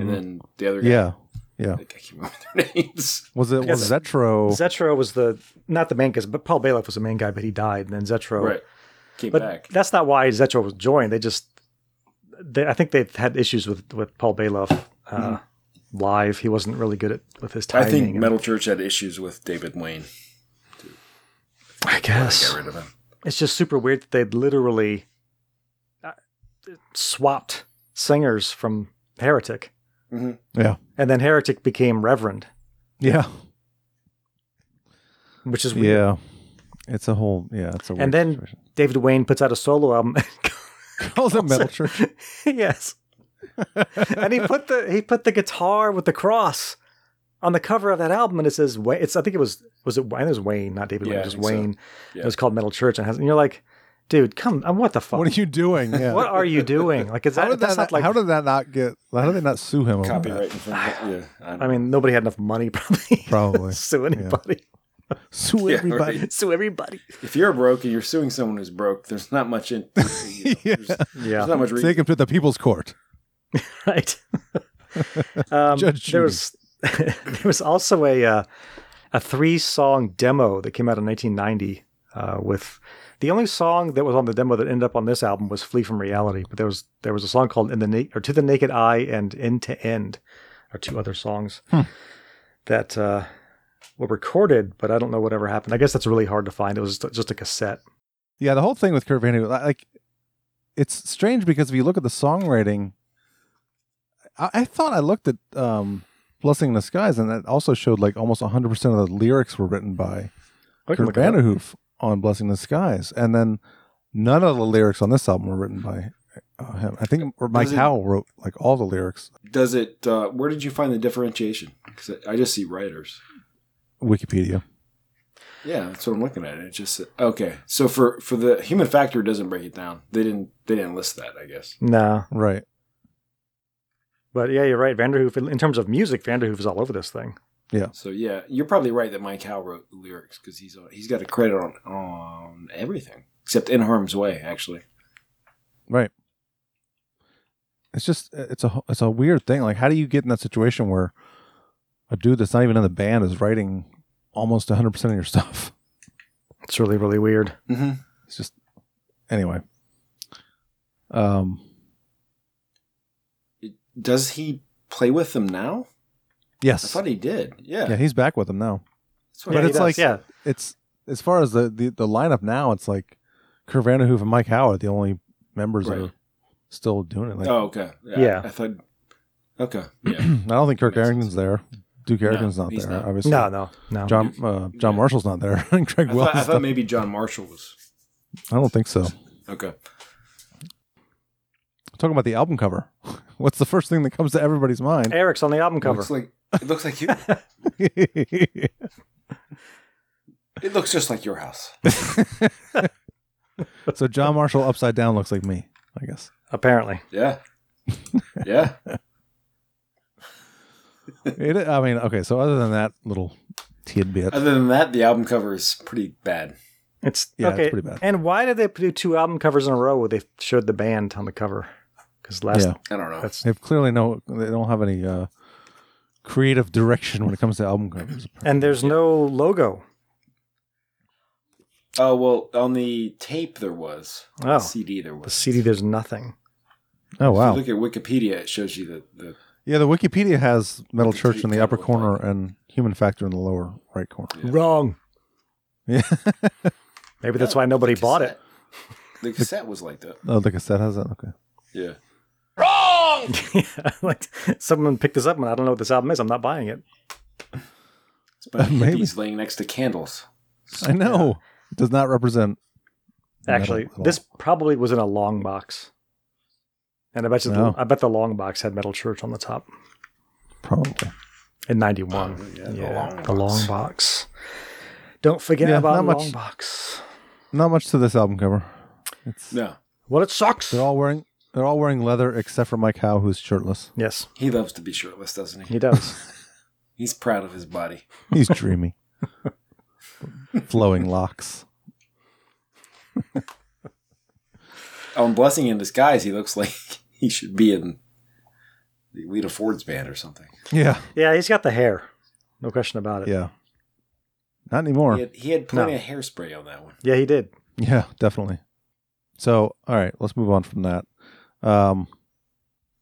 Speaker 3: and then the other guy?
Speaker 1: Yeah, yeah.
Speaker 3: I can't remember their names.
Speaker 1: Was it was Zetro?
Speaker 2: Zetro was the not the main guy, but Paul Bailiff was the main guy, but he died, and then
Speaker 1: Oh.
Speaker 2: Zetro
Speaker 3: Right. Came
Speaker 2: but
Speaker 3: back.
Speaker 2: That's not why Zetro was joined. They just, they, I think they had issues with with Paul Bailiff uh,
Speaker 3: Mhm.
Speaker 2: live. He wasn't really good at with his timing.
Speaker 3: I think
Speaker 2: and-
Speaker 3: Metal Church had issues with David Wayne.
Speaker 2: I guess
Speaker 3: Get rid of him.
Speaker 2: it's just super weird that they literally uh, swapped singers from Heretic,
Speaker 3: Mhm.
Speaker 1: Yeah.
Speaker 2: and then Heretic became Reverend,
Speaker 1: Yeah,
Speaker 2: which is weird.
Speaker 1: yeah. It's a whole yeah. It's a weird
Speaker 2: and then David Wayne puts out a solo album.
Speaker 1: calls it metal church.
Speaker 2: yes. and he put the he put the guitar with the cross on the cover of that album, and it says Wa- it's I think it was was it I think it was Wayne, not David
Speaker 3: Yeah,
Speaker 2: Wayne,
Speaker 3: I
Speaker 2: it was
Speaker 3: think so.
Speaker 2: Wayne.
Speaker 3: Yeah.
Speaker 2: It was called Metal Church, and, has, and you're like, dude, come, um, what the fuck?
Speaker 1: What are you doing? Yeah.
Speaker 2: What are you doing? Like, is
Speaker 1: how
Speaker 2: that,
Speaker 1: did that?
Speaker 2: that's
Speaker 1: Not,
Speaker 2: not like
Speaker 1: how did that not get? How did they not sue him? over that?
Speaker 3: Copyright infringement. Yeah,
Speaker 2: I mean, nobody had enough money probably
Speaker 1: Probably.
Speaker 2: to sue
Speaker 1: Yeah.
Speaker 2: anybody.
Speaker 1: Sue
Speaker 3: Yeah,
Speaker 1: everybody.
Speaker 3: right.
Speaker 2: Sue everybody.
Speaker 3: if you're broke and you're suing someone who's broke, there's not much in. you know, there's,
Speaker 2: Yeah.
Speaker 3: there's not much reason.
Speaker 1: Take him to the people's court.
Speaker 2: right? um,
Speaker 1: Judge Judy.
Speaker 2: there was there was also a uh, a three song demo that came out in 1990 uh, with the only song that was on the demo that ended up on this album was "Flee from Reality," but there was there was a song called "In the Na- or To the Naked Eye" and "End to End" are two other songs
Speaker 1: Hmm.
Speaker 2: that uh, were recorded, but I don't know whatever happened. I guess that's really hard to find. It was just, just a cassette.
Speaker 1: Yeah, the whole thing with Kurt Vanderhook, li- like, it's strange because if you look at the songwriting, I, I thought I looked at um, Blessing in Disguise, and that also showed like almost 100 percent of the lyrics were written by
Speaker 2: I can
Speaker 1: Kurt
Speaker 2: look it up.
Speaker 1: Vanderhoof on Blessing in Disguise, and then none of the lyrics on this album were written by uh, him. I think Mike
Speaker 3: Does it-
Speaker 1: Howell wrote like all the lyrics.
Speaker 3: Does it? Uh, where did you find the differentiation? Because I just see writers.
Speaker 1: Wikipedia.
Speaker 3: Yeah, that's what I'm looking at. It just okay. So for for the human factor doesn't break it down. They didn't they didn't list that. I guess.
Speaker 2: No.
Speaker 1: Right.
Speaker 2: But yeah, you're right. Vanderhoof, in- in terms of music, Vanderhoof is all over this thing.
Speaker 1: Yeah.
Speaker 3: So yeah, you're probably right that Mike Howe wrote the lyrics because he's on, he's got a credit on on everything except In Harm's Way. Actually,
Speaker 1: Right. It's just it's a it's a weird thing. Like, how do you get in that situation where a dude that's not even in the band is writing almost 100 percent of your stuff?
Speaker 2: It's really really weird.
Speaker 3: Mm-hmm.
Speaker 1: It's just anyway. Um.
Speaker 3: does he play with them now?
Speaker 1: Yes.
Speaker 3: I thought he did. Yeah.
Speaker 1: Yeah, he's back with them now.
Speaker 3: That's what
Speaker 1: But
Speaker 3: I-
Speaker 1: it's like
Speaker 2: yeah.
Speaker 1: it's as far as the, the the lineup now, it's like Kurt Vanderhoof and Mike Howard are the only members that
Speaker 3: Right.
Speaker 1: are still doing it. Like,
Speaker 3: oh, okay. Yeah.
Speaker 2: Yeah.
Speaker 3: I, thought. Okay. Yeah.
Speaker 1: I don't think Kirk Arrington's there. Duke Arrington's not
Speaker 3: he's
Speaker 1: there,
Speaker 3: not.
Speaker 1: obviously.
Speaker 2: No, no, no.
Speaker 1: John uh, John Marshall's not there. and Craig
Speaker 3: I
Speaker 1: Wells.
Speaker 3: thought, I thought maybe John Marshall was
Speaker 1: I don't think so.
Speaker 3: okay.
Speaker 1: Talking about the album cover. What's the first thing that comes to everybody's mind?
Speaker 2: Eric's on the album cover.
Speaker 3: Looks like it looks like you. it looks just like your house.
Speaker 1: so John Marshall upside down looks like me, I guess.
Speaker 2: Apparently.
Speaker 3: Yeah. Yeah.
Speaker 1: It, I mean, okay. So other than that little tidbit,
Speaker 3: Other than that, the album cover is pretty bad.
Speaker 2: It's
Speaker 1: Yeah, it's
Speaker 2: okay.
Speaker 1: pretty bad.
Speaker 2: And why did they do two album covers in a row where they showed the band on the cover? Because last
Speaker 1: Yeah.
Speaker 3: I don't know.
Speaker 2: That's
Speaker 1: they clearly no, they don't have any uh, creative direction when it comes to album covers.
Speaker 2: and there's no logo.
Speaker 3: Oh well, on the tape there was. On the
Speaker 2: Oh.
Speaker 3: CD there
Speaker 2: The
Speaker 3: was.
Speaker 2: CD, there's nothing.
Speaker 1: Oh wow!
Speaker 3: If you look at Wikipedia, it shows you the, the
Speaker 1: Yeah, the Wikipedia has Metal Church in the
Speaker 3: kinda
Speaker 1: upper
Speaker 3: look
Speaker 1: corner and Human Factor in the lower right corner.
Speaker 2: Wrong.
Speaker 1: Yeah,
Speaker 2: Maybe that's why nobody bought it.
Speaker 3: the cassette was like that.
Speaker 1: oh, the cassette has that. Okay,
Speaker 3: Yeah.
Speaker 2: yeah, like someone picked this up and I don't know what this album is. I'm not buying it.
Speaker 3: It's by
Speaker 1: Maybe.
Speaker 3: hippies laying next to candles.
Speaker 1: I know it does not represent. metal
Speaker 2: Actually,
Speaker 1: at all.
Speaker 2: this probably was in a long box. And I bet you
Speaker 1: No.
Speaker 2: I bet the long box had Metal Church on the top
Speaker 1: probably
Speaker 2: in '91.
Speaker 1: Oh,
Speaker 2: yeah, the long box. Don't forget
Speaker 1: Yeah,
Speaker 2: about
Speaker 1: not much-
Speaker 2: long box.
Speaker 1: not much to this album cover.
Speaker 3: No.
Speaker 2: Well, it sucks.
Speaker 1: They're all wearing they're all wearing leather except for Mike Howe, who's shirtless.
Speaker 2: Yes,
Speaker 3: He loves to be shirtless, doesn't he?
Speaker 2: he does.
Speaker 3: He's proud of his body.
Speaker 1: He's dreamy, flowing locks.
Speaker 3: Oh, and Blessing in Disguise, he looks like he should be in the Lita Ford's band or something.
Speaker 1: Yeah,
Speaker 2: yeah, he's got the hair. No question about it.
Speaker 1: yeah. Not anymore.
Speaker 3: He had, he had plenty
Speaker 2: No.
Speaker 3: of hairspray on that one.
Speaker 2: Yeah, he did.
Speaker 1: Yeah, definitely. So, all right, let's move on from that. Um,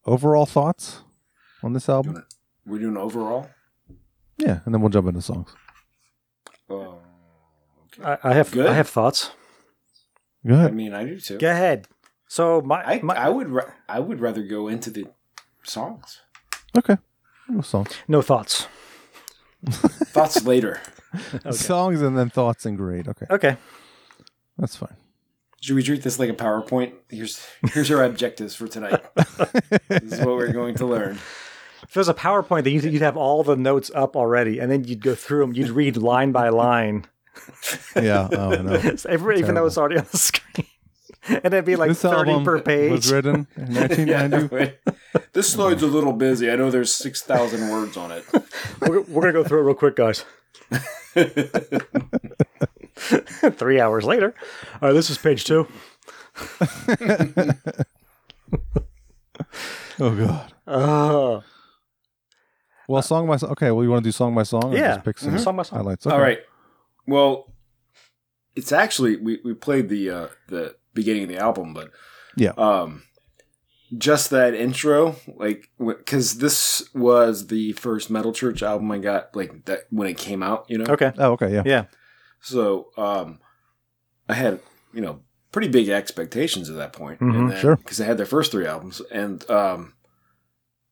Speaker 1: overall thoughts on this album?
Speaker 3: We're doing overall.
Speaker 1: Yeah, and then we'll jump into songs.
Speaker 3: Oh,
Speaker 2: I, I have
Speaker 3: Good.
Speaker 2: I have thoughts.
Speaker 1: Go
Speaker 3: I
Speaker 1: ahead.
Speaker 3: mean, I do too.
Speaker 2: Go ahead. So my,
Speaker 3: I
Speaker 2: my
Speaker 3: I would ra- I would rather go into the songs.
Speaker 1: Okay. We'll Songs.
Speaker 2: no thoughts.
Speaker 3: Thoughts later.
Speaker 2: Okay.
Speaker 1: Songs and then thoughts and grade. Okay.
Speaker 2: Okay.
Speaker 1: That's fine.
Speaker 3: Should we treat this like a PowerPoint? Here's here's our objectives for tonight. this is what we're going to learn.
Speaker 2: If it was a PowerPoint, then you'd, you'd have all the notes up already, and then you'd go through them. You'd read line by line,
Speaker 1: Yeah. Oh, no.
Speaker 2: So every- even though it's already on the screen, and it'd be like
Speaker 1: this
Speaker 2: thirty
Speaker 1: album
Speaker 2: per page.
Speaker 1: was written in 1990.
Speaker 3: this slide's a little busy. I know there's six thousand words on it.
Speaker 2: We're, we're gonna go through it real quick, guys. Three hours later, all right. This is page two.
Speaker 1: Oh, God.
Speaker 2: Oh,
Speaker 1: Well, song by song. Okay. Well, you want to do song by song? or
Speaker 2: Yeah.
Speaker 1: Just pick some
Speaker 2: Mhm. Song by song.
Speaker 1: Highlights.
Speaker 3: All
Speaker 1: Okay.
Speaker 3: right. Well, it's actually we, we played the uh, the beginning of the album, but
Speaker 1: Yeah.
Speaker 3: um, just that intro, like because this was the first Metal Church album I got, like that when it came out, you know.
Speaker 2: okay.
Speaker 1: Oh, okay. Yeah.
Speaker 2: Yeah.
Speaker 3: So um, I had you know pretty big expectations at that point,
Speaker 2: Mhm,
Speaker 3: and then,
Speaker 1: sure.
Speaker 3: because I had their first three albums, and um,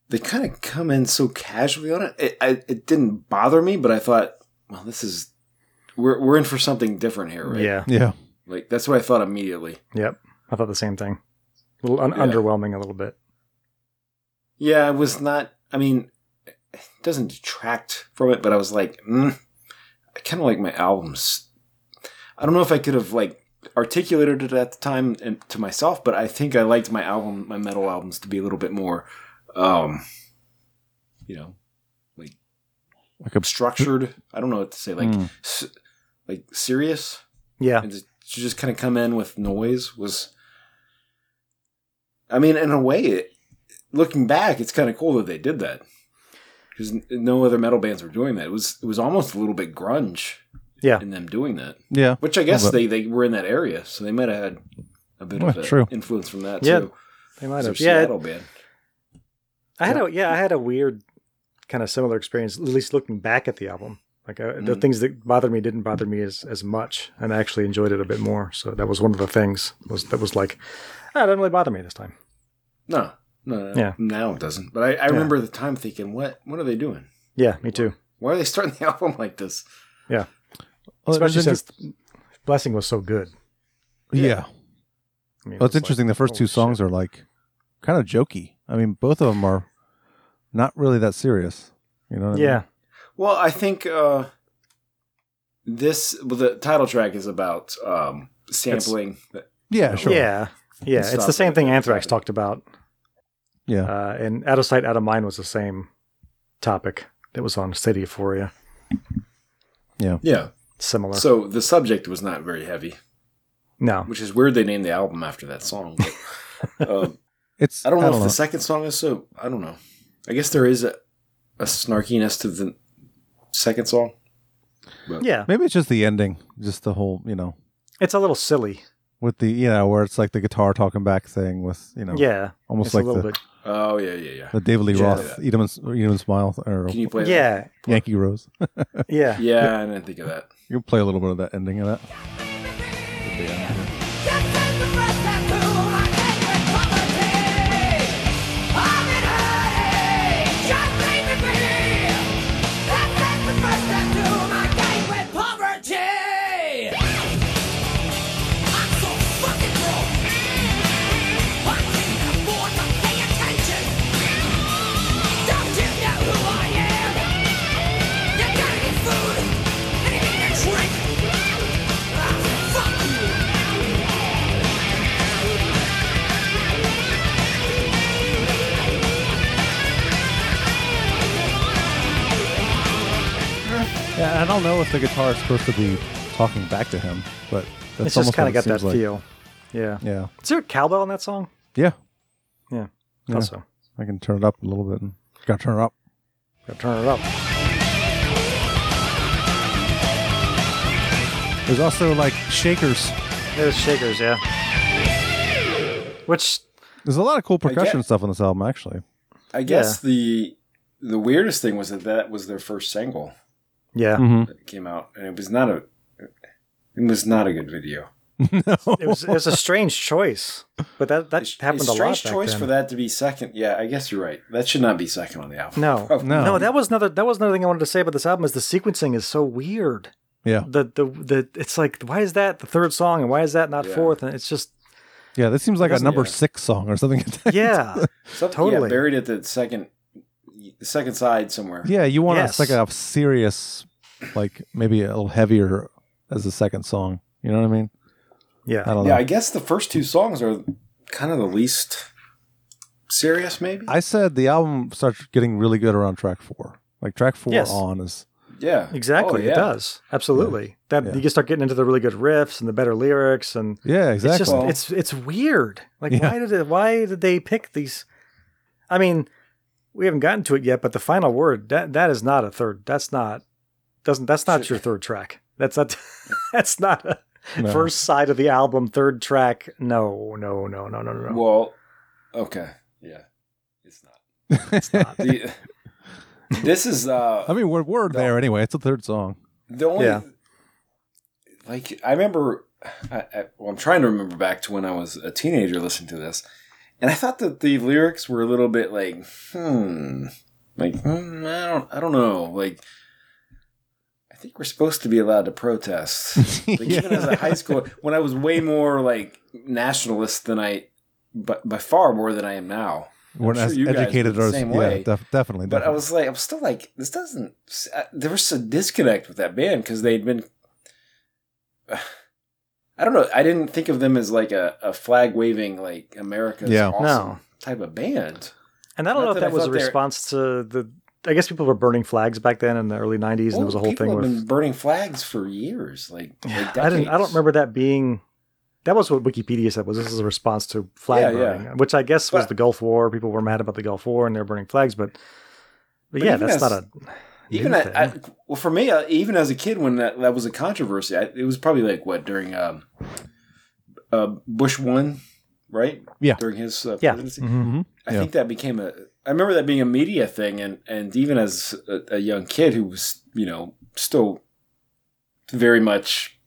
Speaker 3: they kind of come in so casually on it. It, I, it didn't bother me, but I thought, well, this is we're we're in for something different here, right?
Speaker 2: Yeah. Yeah.
Speaker 3: Like that's what I thought immediately.
Speaker 2: Yep. I thought the same thing. A little un-
Speaker 3: Yeah.
Speaker 2: underwhelming a little bit.
Speaker 3: Yeah, I was not. I mean, it doesn't detract from it, but I was like, mm, I kind of like my albums. I don't know if I could have like articulated it at the time and to myself, but I think I liked my album, my metal albums, to be a little bit more, um, you know, like
Speaker 1: like a,
Speaker 3: structured. I don't know what to say, like
Speaker 1: Mm.
Speaker 3: s- like serious.
Speaker 2: Yeah,
Speaker 3: and to, to just kind of come in with noise was. I mean, in a way, it, looking back, it's kind of cool that they did that because no other metal bands were doing that. It was it was almost a little bit grunge.
Speaker 2: Yeah.
Speaker 3: in them doing that.
Speaker 1: Yeah,
Speaker 3: which I guess
Speaker 1: little
Speaker 3: they
Speaker 1: bit.
Speaker 3: they were in that area, so they might have had a bit
Speaker 1: Well,
Speaker 3: of a
Speaker 1: true.
Speaker 3: influence from that
Speaker 2: Yeah,
Speaker 3: too.
Speaker 2: they might
Speaker 3: It's a
Speaker 2: have. Yeah, it-
Speaker 3: Seattle band.
Speaker 2: I had a yeah, I had a weird kind of similar experience. At least looking back at the album, like uh, the
Speaker 3: Mm.
Speaker 2: things that bothered me didn't bother me as as much, and I actually enjoyed it a bit more. So that was one of the things was that was like, ah, it doesn't really bother me this time.
Speaker 3: No, no, no
Speaker 2: Yeah.
Speaker 3: now it doesn't. But I, I
Speaker 2: Yeah.
Speaker 3: remember at the time thinking, what what are they doing?
Speaker 2: Yeah, me too.
Speaker 3: Why are they starting the album like this?
Speaker 2: Yeah,
Speaker 1: Well, it was
Speaker 2: especially since Blessing was so good.
Speaker 1: Yeah.
Speaker 2: I mean,
Speaker 1: well, it's
Speaker 2: it was
Speaker 1: interesting.
Speaker 2: like,
Speaker 1: the first two
Speaker 2: holy
Speaker 1: songs are like kind of jokey. I mean, both of them are not really that serious. You know? What I mean?
Speaker 3: Well, I think uh, this well, the title track is about um, sampling.
Speaker 1: Yeah, sure.
Speaker 2: Yeah, yeah.
Speaker 3: And
Speaker 2: It's the
Speaker 3: stuff
Speaker 2: same
Speaker 3: like
Speaker 2: thing
Speaker 3: that.
Speaker 2: Anthrax talked about.
Speaker 1: Yeah.
Speaker 2: uh, and out of sight, out of mind was the same topic that was on City Euphoria.
Speaker 1: Yeah,
Speaker 3: yeah.
Speaker 2: Similar.
Speaker 3: So the subject was not very heavy,
Speaker 2: no,
Speaker 3: which is weird. They named the album after that song. But, um,
Speaker 1: it's
Speaker 3: I don't know if the second song is so. I don't know. I guess there is a, a snarkiness to the second song. But
Speaker 2: Yeah.
Speaker 1: Maybe it's just the ending, just the whole, you know,
Speaker 2: it's a little silly.
Speaker 1: with the you know where it's like the guitar talking back thing with you know,
Speaker 2: Yeah,
Speaker 1: almost
Speaker 2: it's a
Speaker 1: like
Speaker 2: little
Speaker 1: the,
Speaker 2: bit-
Speaker 3: Oh yeah, yeah, yeah.
Speaker 1: the David Lee
Speaker 3: Yeah.
Speaker 1: Roth Eat 'em and, S- Eat 'em and Smile or
Speaker 3: Can you play?
Speaker 2: Yeah.
Speaker 3: That?
Speaker 1: Yankee Rose.
Speaker 2: Yeah.
Speaker 3: Yeah, I didn't think of that.
Speaker 1: You can play a little bit of that ending of that.
Speaker 5: Drink.
Speaker 1: Yeah, I don't know if the guitar is supposed to be talking back to him, but that's
Speaker 2: it's just
Speaker 1: almost
Speaker 2: kind
Speaker 1: what
Speaker 2: of
Speaker 1: it
Speaker 2: got that
Speaker 1: seems like.
Speaker 2: feel. Yeah.
Speaker 1: Yeah,
Speaker 2: Is there a cowbell in that song?
Speaker 1: yeah,
Speaker 2: Yeah.
Speaker 1: yeah.
Speaker 2: Also,
Speaker 1: I can turn it up a little bit. and- Gotta turn it up.
Speaker 2: gotta turn it up.
Speaker 1: There's also like shakers.
Speaker 2: There's shakers, yeah. Which
Speaker 1: There's a lot of cool
Speaker 3: get-
Speaker 1: percussion stuff on this album, actually.
Speaker 3: I guess the the weirdest thing was that that was their first single.
Speaker 2: Yeah.
Speaker 1: Mhm.
Speaker 3: that came out, and it was not a it was not a good video.
Speaker 2: It was it was a strange choice, but that that happened
Speaker 3: It's
Speaker 2: a lot.
Speaker 3: strange
Speaker 2: back
Speaker 3: choice
Speaker 2: then.
Speaker 3: for that to be second. Yeah, I guess you're right. That should not be second on the album.
Speaker 2: No,
Speaker 3: Probably.
Speaker 2: Oh, no, That was another. That was another thing I wanted to say about this album is the sequencing is so weird.
Speaker 1: Yeah.
Speaker 2: The the the it's like why is that the third song and why is that not fourth and it's just
Speaker 1: Yeah, this seems like a
Speaker 2: doesn't-
Speaker 1: number
Speaker 2: yeah.
Speaker 1: six song or something.
Speaker 2: yeah
Speaker 3: Something,
Speaker 2: totally.
Speaker 3: yeah, buried at the second the second side somewhere.
Speaker 1: yeah, you want
Speaker 3: Yes.
Speaker 1: it's like a serious, like maybe a little heavier as the second song. You know what I mean?
Speaker 2: Yeah.
Speaker 1: I don't
Speaker 3: yeah,
Speaker 1: know.
Speaker 3: I guess the first two songs are kind of the least serious, maybe.
Speaker 1: I said the album starts getting really good around track four. Like track four
Speaker 2: Yes.
Speaker 1: on is
Speaker 3: Yeah,
Speaker 2: exactly
Speaker 3: Oh, yeah.
Speaker 2: it does absolutely that
Speaker 1: Yeah.
Speaker 2: you can start getting into the really good riffs and the better lyrics and
Speaker 1: yeah, exactly.
Speaker 2: It's just it's it's weird. Like
Speaker 1: Yeah.
Speaker 2: why did it why did they pick these I mean, we haven't gotten to it yet, but the final word that that is not a third. That's not doesn't that's not your third track. That's not that's not a
Speaker 1: No.
Speaker 2: first side of the album third track. No, no, no, no, no, no. no.
Speaker 3: Well, okay, yeah, it's not. It's not. The- this is. uh
Speaker 1: I mean, we're, we're there anyway. It's the third song.
Speaker 3: The only
Speaker 1: Yeah.
Speaker 3: like I remember. I, I, well, I'm trying to remember back to when I was a teenager listening to this, And I thought that the lyrics were a little bit like, hmm, like hmm, I don't, I don't know. Like, I think we're supposed to be allowed to protest. like even as a high school, when I was way more like nationalist than I, but by far more than I am now. I'm
Speaker 1: We're not
Speaker 3: sure you guys
Speaker 1: educated
Speaker 3: were the
Speaker 1: or
Speaker 3: same
Speaker 1: yeah,
Speaker 3: way.
Speaker 1: def- definitely.
Speaker 3: But I
Speaker 1: definitely.
Speaker 3: was like, I was still like, this doesn't. s- uh, There was a disconnect with that band because they'd been. I don't know. I didn't think of them as like a, a flag waving like America's
Speaker 2: Yeah.
Speaker 3: awesome
Speaker 2: No.
Speaker 3: type of band.
Speaker 2: And I don't
Speaker 3: Not
Speaker 2: know if
Speaker 3: that
Speaker 2: that,
Speaker 3: I
Speaker 2: was a
Speaker 3: thought they were-
Speaker 2: response to the. I guess people were burning flags back then in the early '90s, and there was a whole
Speaker 3: people
Speaker 2: thing
Speaker 3: have
Speaker 2: with.
Speaker 3: been burning flags for years, like, like
Speaker 2: I didn't. I don't
Speaker 3: decades.
Speaker 2: remember that being. That was what Wikipedia said was this is a response to flag
Speaker 3: Yeah, yeah.
Speaker 2: burning, which I guess was the Gulf War. People were mad about the Gulf War and they're burning flags, but but,
Speaker 3: But
Speaker 2: yeah,
Speaker 3: even
Speaker 2: that's
Speaker 3: as-
Speaker 2: not a
Speaker 3: even
Speaker 2: new
Speaker 3: at,
Speaker 2: thing.
Speaker 3: I, well for me uh, even as a kid when that, that was a controversy I, it was probably like what during um uh bush one right
Speaker 1: yeah
Speaker 3: during his uh,
Speaker 2: Yeah.
Speaker 3: presidency
Speaker 1: Mhm.
Speaker 3: i
Speaker 1: Yeah.
Speaker 3: think that became a i remember that being a media thing and and even as a, a young kid who was you know still very much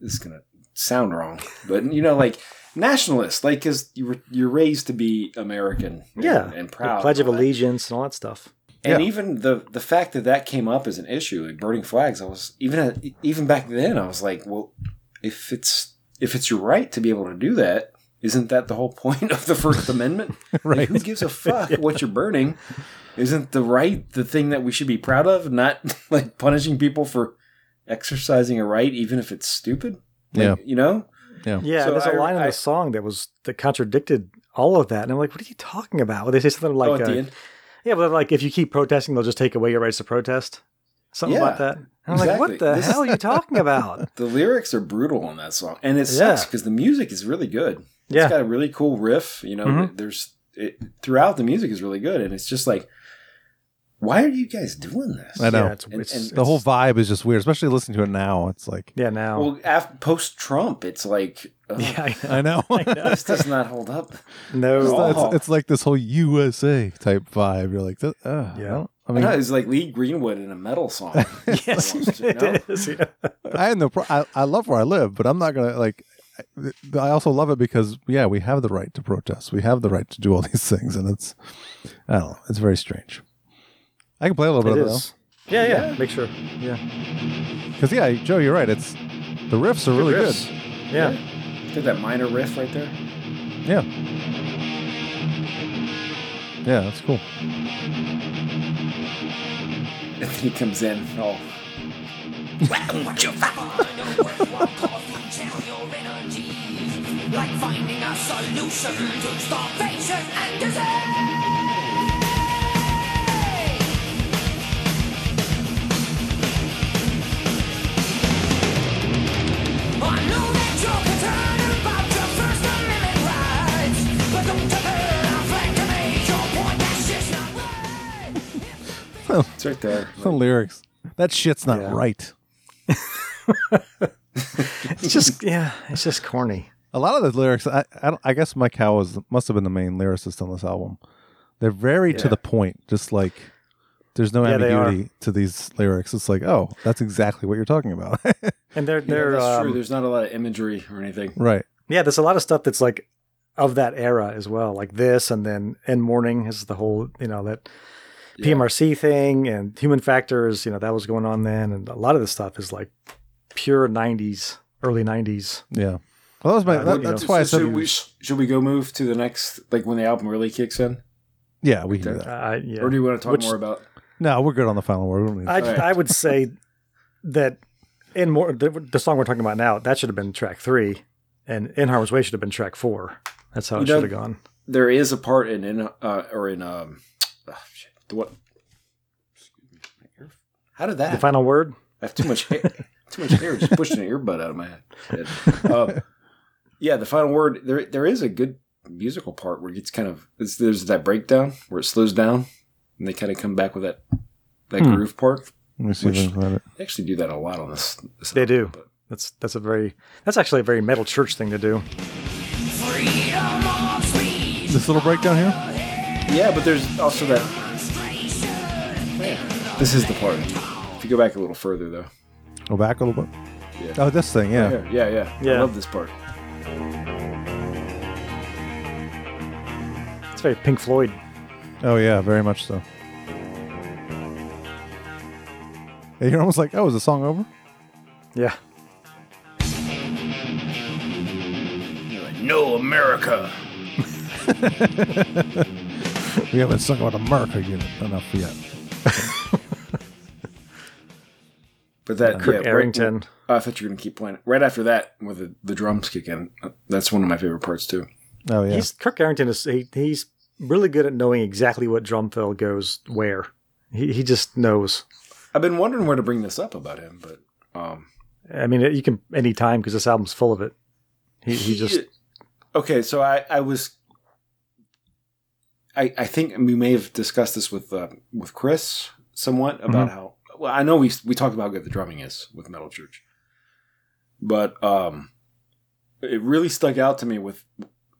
Speaker 3: this is gonna sound wrong but you know like nationalist like because you were you're raised to be american and-
Speaker 2: yeah,
Speaker 3: and proud
Speaker 2: the Pledge of
Speaker 3: and all that.
Speaker 2: Allegiance and all that stuff.
Speaker 3: And even the the fact that that came up as an issue, like burning flags, I was even at, even back then, I was like, well, if it's if it's your right to be able to do that, isn't that the whole point of the First Amendment?
Speaker 2: Mm-hmm.
Speaker 3: right. who gives a fuck what you're burning? Isn't the right the thing that we should be proud of? Not like punishing people for exercising a right, even if it's stupid. Like,
Speaker 1: Yeah.
Speaker 3: you know.
Speaker 1: Yeah.
Speaker 2: Yeah,
Speaker 3: So
Speaker 2: there's a
Speaker 3: I-
Speaker 2: line in
Speaker 3: I-
Speaker 2: the song that was that contradicted all of that, and I'm like, what are you talking about? Well, they say something like,
Speaker 3: Oh, at the
Speaker 2: uh,
Speaker 3: end?
Speaker 2: yeah, but like if you keep protesting, they'll just take away your rights to protest. Something like
Speaker 3: Yeah,
Speaker 2: that. And I'm like, what
Speaker 3: exactly.
Speaker 2: the
Speaker 3: This
Speaker 2: hell are
Speaker 3: is-
Speaker 2: you talking about?
Speaker 3: The lyrics are brutal on that song, and it
Speaker 2: Yeah.
Speaker 3: sucks because the music is really good.
Speaker 2: Yeah.
Speaker 3: it's got a really cool riff. You know,
Speaker 1: Mm-hmm.
Speaker 2: Mhm.
Speaker 3: there's it, throughout the music is really good, and it's just like, why are you guys doing this?
Speaker 1: I know.
Speaker 3: And- and-
Speaker 1: the whole vibe is just weird, especially listening to it now. It's like,
Speaker 2: Yeah, now.
Speaker 3: well, af- post Trump, it's like, ugh,
Speaker 1: I know.
Speaker 3: this does not hold up.
Speaker 2: no,
Speaker 1: It's,
Speaker 3: Oh.
Speaker 1: it's- it's like this whole USA type vibe. You're like, uh, yeah. I, don't- I
Speaker 3: I
Speaker 1: mean,
Speaker 3: know, it's like Lee Greenwood in a metal song. yes,
Speaker 2: it is, yeah.
Speaker 1: I had no. Pro- I, I love where I live, but I'm not gonna like. I- I also love it because yeah, we have the right to protest. We have the right to do all these things, and it's I don't know. It's very strange. I can play a little
Speaker 2: It
Speaker 1: bit of
Speaker 2: is.
Speaker 1: it
Speaker 2: Yeah, yeah, Make sure. Yeah.
Speaker 1: because yeah, Joe, you're right. It's the riffs are really
Speaker 3: riffs.
Speaker 1: good.
Speaker 2: Yeah.
Speaker 3: Did that minor riff right there?
Speaker 1: Yeah, yeah, that's cool.
Speaker 3: And then he comes in. Oh,
Speaker 5: Welcome what you found. your energies, like finding a solution to starvation and disease. I know that you're concerned about your First Amendment rights, but don't ever affect to make your point. That's just not right.
Speaker 3: it's right there.
Speaker 1: The lyrics. That shit's not right.
Speaker 2: It's just yeah, it's just corny.
Speaker 1: A lot of the lyrics, I, I, don't- I guess Mike Howe was must have been the main lyricist on this album. They're very to
Speaker 2: Yeah.
Speaker 1: the point. Just like there's no
Speaker 2: Yeah, they are.
Speaker 1: ambiguity to these lyrics. It's like, oh, that's exactly what you're talking about.
Speaker 2: And they're
Speaker 3: Yeah,
Speaker 2: they're
Speaker 3: that's
Speaker 2: um,
Speaker 3: true. There's not a lot of imagery or anything.
Speaker 1: right.
Speaker 2: yeah, there's a lot of stuff that's like of that era as well, like this, and then and morning is the whole you know that PMRC thing and human factors. You know that was going on then, and a lot of this stuff is like pure '90s, early '90s.
Speaker 1: Yeah. Well, that was my.
Speaker 2: Uh,
Speaker 1: that,
Speaker 2: you know.
Speaker 1: that's why I
Speaker 3: So
Speaker 1: said.
Speaker 3: should we, should we go move to the next, like when the album really kicks in?
Speaker 1: yeah, we can do that.
Speaker 2: Uh, yeah.
Speaker 3: Or do you want to talk
Speaker 2: Which-
Speaker 3: more about?
Speaker 1: No, we're good on the final word. We don't need-
Speaker 2: I,
Speaker 3: Alright.
Speaker 2: I would say that in more the, the song we're talking about now that should have been track three, and in harm's way should have been track four. That's how
Speaker 3: You
Speaker 2: it
Speaker 3: know-
Speaker 2: should have gone.
Speaker 3: There is a part in in uh, or in um, ah, shit, the what? How did that?
Speaker 2: The final word.
Speaker 3: I have too much hair. too much hair. Just pushing an earbud out of my head. Uh, yeah, the final word. There, there is a good musical part where it gets kind of it's, there's that breakdown where it slows down, and they kind of come back with that that
Speaker 1: Hmm.
Speaker 3: groove part.
Speaker 1: Let me see if I can find it.
Speaker 3: They actually do that a lot on this. this
Speaker 2: They
Speaker 3: album.
Speaker 2: do. That's that's a very that's actually a very metal church thing to do.
Speaker 5: Freedom of speech.
Speaker 1: This little breakdown here.
Speaker 3: Yeah, but there's also that. This is the part. If you go back a little further, though.
Speaker 1: Go back a little bit.
Speaker 3: Yeah.
Speaker 1: Oh, this thing. Yeah.
Speaker 3: Right here. yeah, yeah,
Speaker 2: Yeah.
Speaker 3: I love this part.
Speaker 2: It's very Pink Floyd.
Speaker 1: Oh yeah, very much so. Yeah, You're almost like, oh, is the song over?
Speaker 2: Yeah.
Speaker 3: No America.
Speaker 1: we haven't sung about America yet, enough yet.
Speaker 3: But that
Speaker 2: Uh, Kirk
Speaker 3: yeah,
Speaker 2: Arrington.
Speaker 3: oh, I thought you were gonna keep playing it. Right after that, where the, the drums kick in, uh, that's one of my favorite parts too.
Speaker 1: Oh yeah.
Speaker 2: He's Kirk Arrington is he, he's really good at knowing exactly what drum fill goes where. He he just knows.
Speaker 3: I've been wondering where to bring this up about him, but um,
Speaker 2: I mean, you can any time because this album's full of it. He he just
Speaker 3: okay. So I I was. I, I think we may have discussed this with uh, with Chris somewhat about
Speaker 2: Mhm.
Speaker 3: how well I know we we talked about how good the drumming is with Metal Church, but um, it really stuck out to me with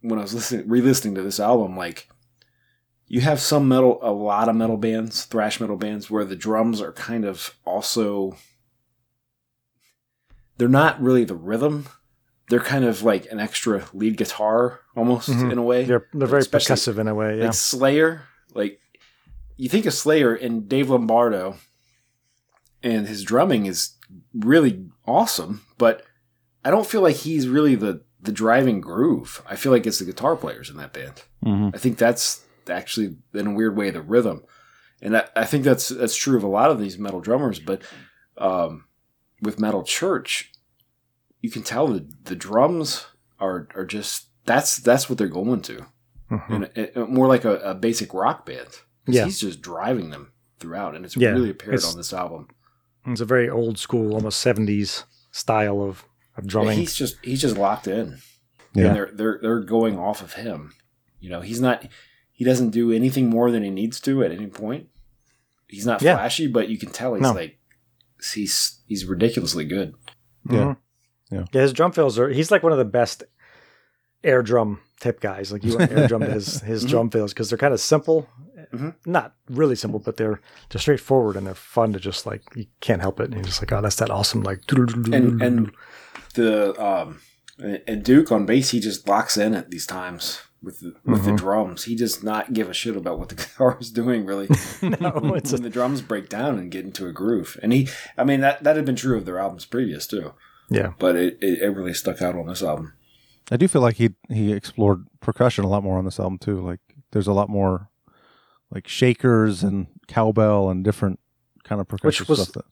Speaker 3: when I was listening re-listening to this album. Like you have some metal, a lot of metal bands, thrash metal bands, where the drums are kind of also they're not really the rhythm. They're kind of like an extra lead guitar almost
Speaker 2: Mhm.
Speaker 3: in a way.
Speaker 2: They're they're very
Speaker 3: Especially-
Speaker 2: percussive in a way. Yeah.
Speaker 3: Like Slayer, like you think of Slayer and Dave Lombardo, and his drumming is really awesome, but I don't feel like he's really the the driving groove. I feel like it's the guitar players in that band.
Speaker 1: Mhm.
Speaker 2: Mm-hmm.
Speaker 3: I think that's actually in a weird way the rhythm, and I, I think that's that's true of a lot of these metal drummers. But um, with Metal Church, you can tell the the drums are are just that's that's what they're going to, and it- it- more like a, a basic rock band. 'Cause
Speaker 2: Mm-hmm. Yeah.
Speaker 3: he's just driving them throughout, and it's
Speaker 2: Yeah,
Speaker 3: really apparent
Speaker 2: it's-
Speaker 3: on this album.
Speaker 2: It's a very old school, almost seventies style of, of drumming.
Speaker 3: he's just he's just locked in.
Speaker 2: Yeah.
Speaker 3: And they're they're they're going off of him. You know, he's not he doesn't do anything more than he needs to at any point. He's not
Speaker 2: Yeah.
Speaker 3: flashy, but you can tell he's
Speaker 2: No.
Speaker 3: like he's he's ridiculously good.
Speaker 1: Yeah.
Speaker 2: Mm-hmm. yeah.
Speaker 1: Yeah.
Speaker 2: his drum fills are he's like one of the best air drum tip guys. Like you want air drum to his his
Speaker 3: Mhm.
Speaker 2: drum fills because they're kind of simple.
Speaker 3: Mhm.
Speaker 2: Not really simple, but they're they're straightforward and they're fun to just like you can't help it. And you're just like, oh that's that awesome like Mm-hmm.
Speaker 3: And and the um and Duke on bass he just locks in at these times with the, with the
Speaker 2: Mhm.
Speaker 3: drums. He does not give a shit about what the guitar is doing really.
Speaker 2: no, it's
Speaker 3: when
Speaker 2: a,
Speaker 3: the drums break down and get into a groove. And he I mean that that had been true of their albums previous too.
Speaker 2: yeah.
Speaker 3: But it, it, it really stuck out on this album.
Speaker 1: I do feel like he he explored percussion a lot more on this album too. Like there's a lot more like shakers and cowbell and different kind of percussion
Speaker 2: was-
Speaker 1: stuff.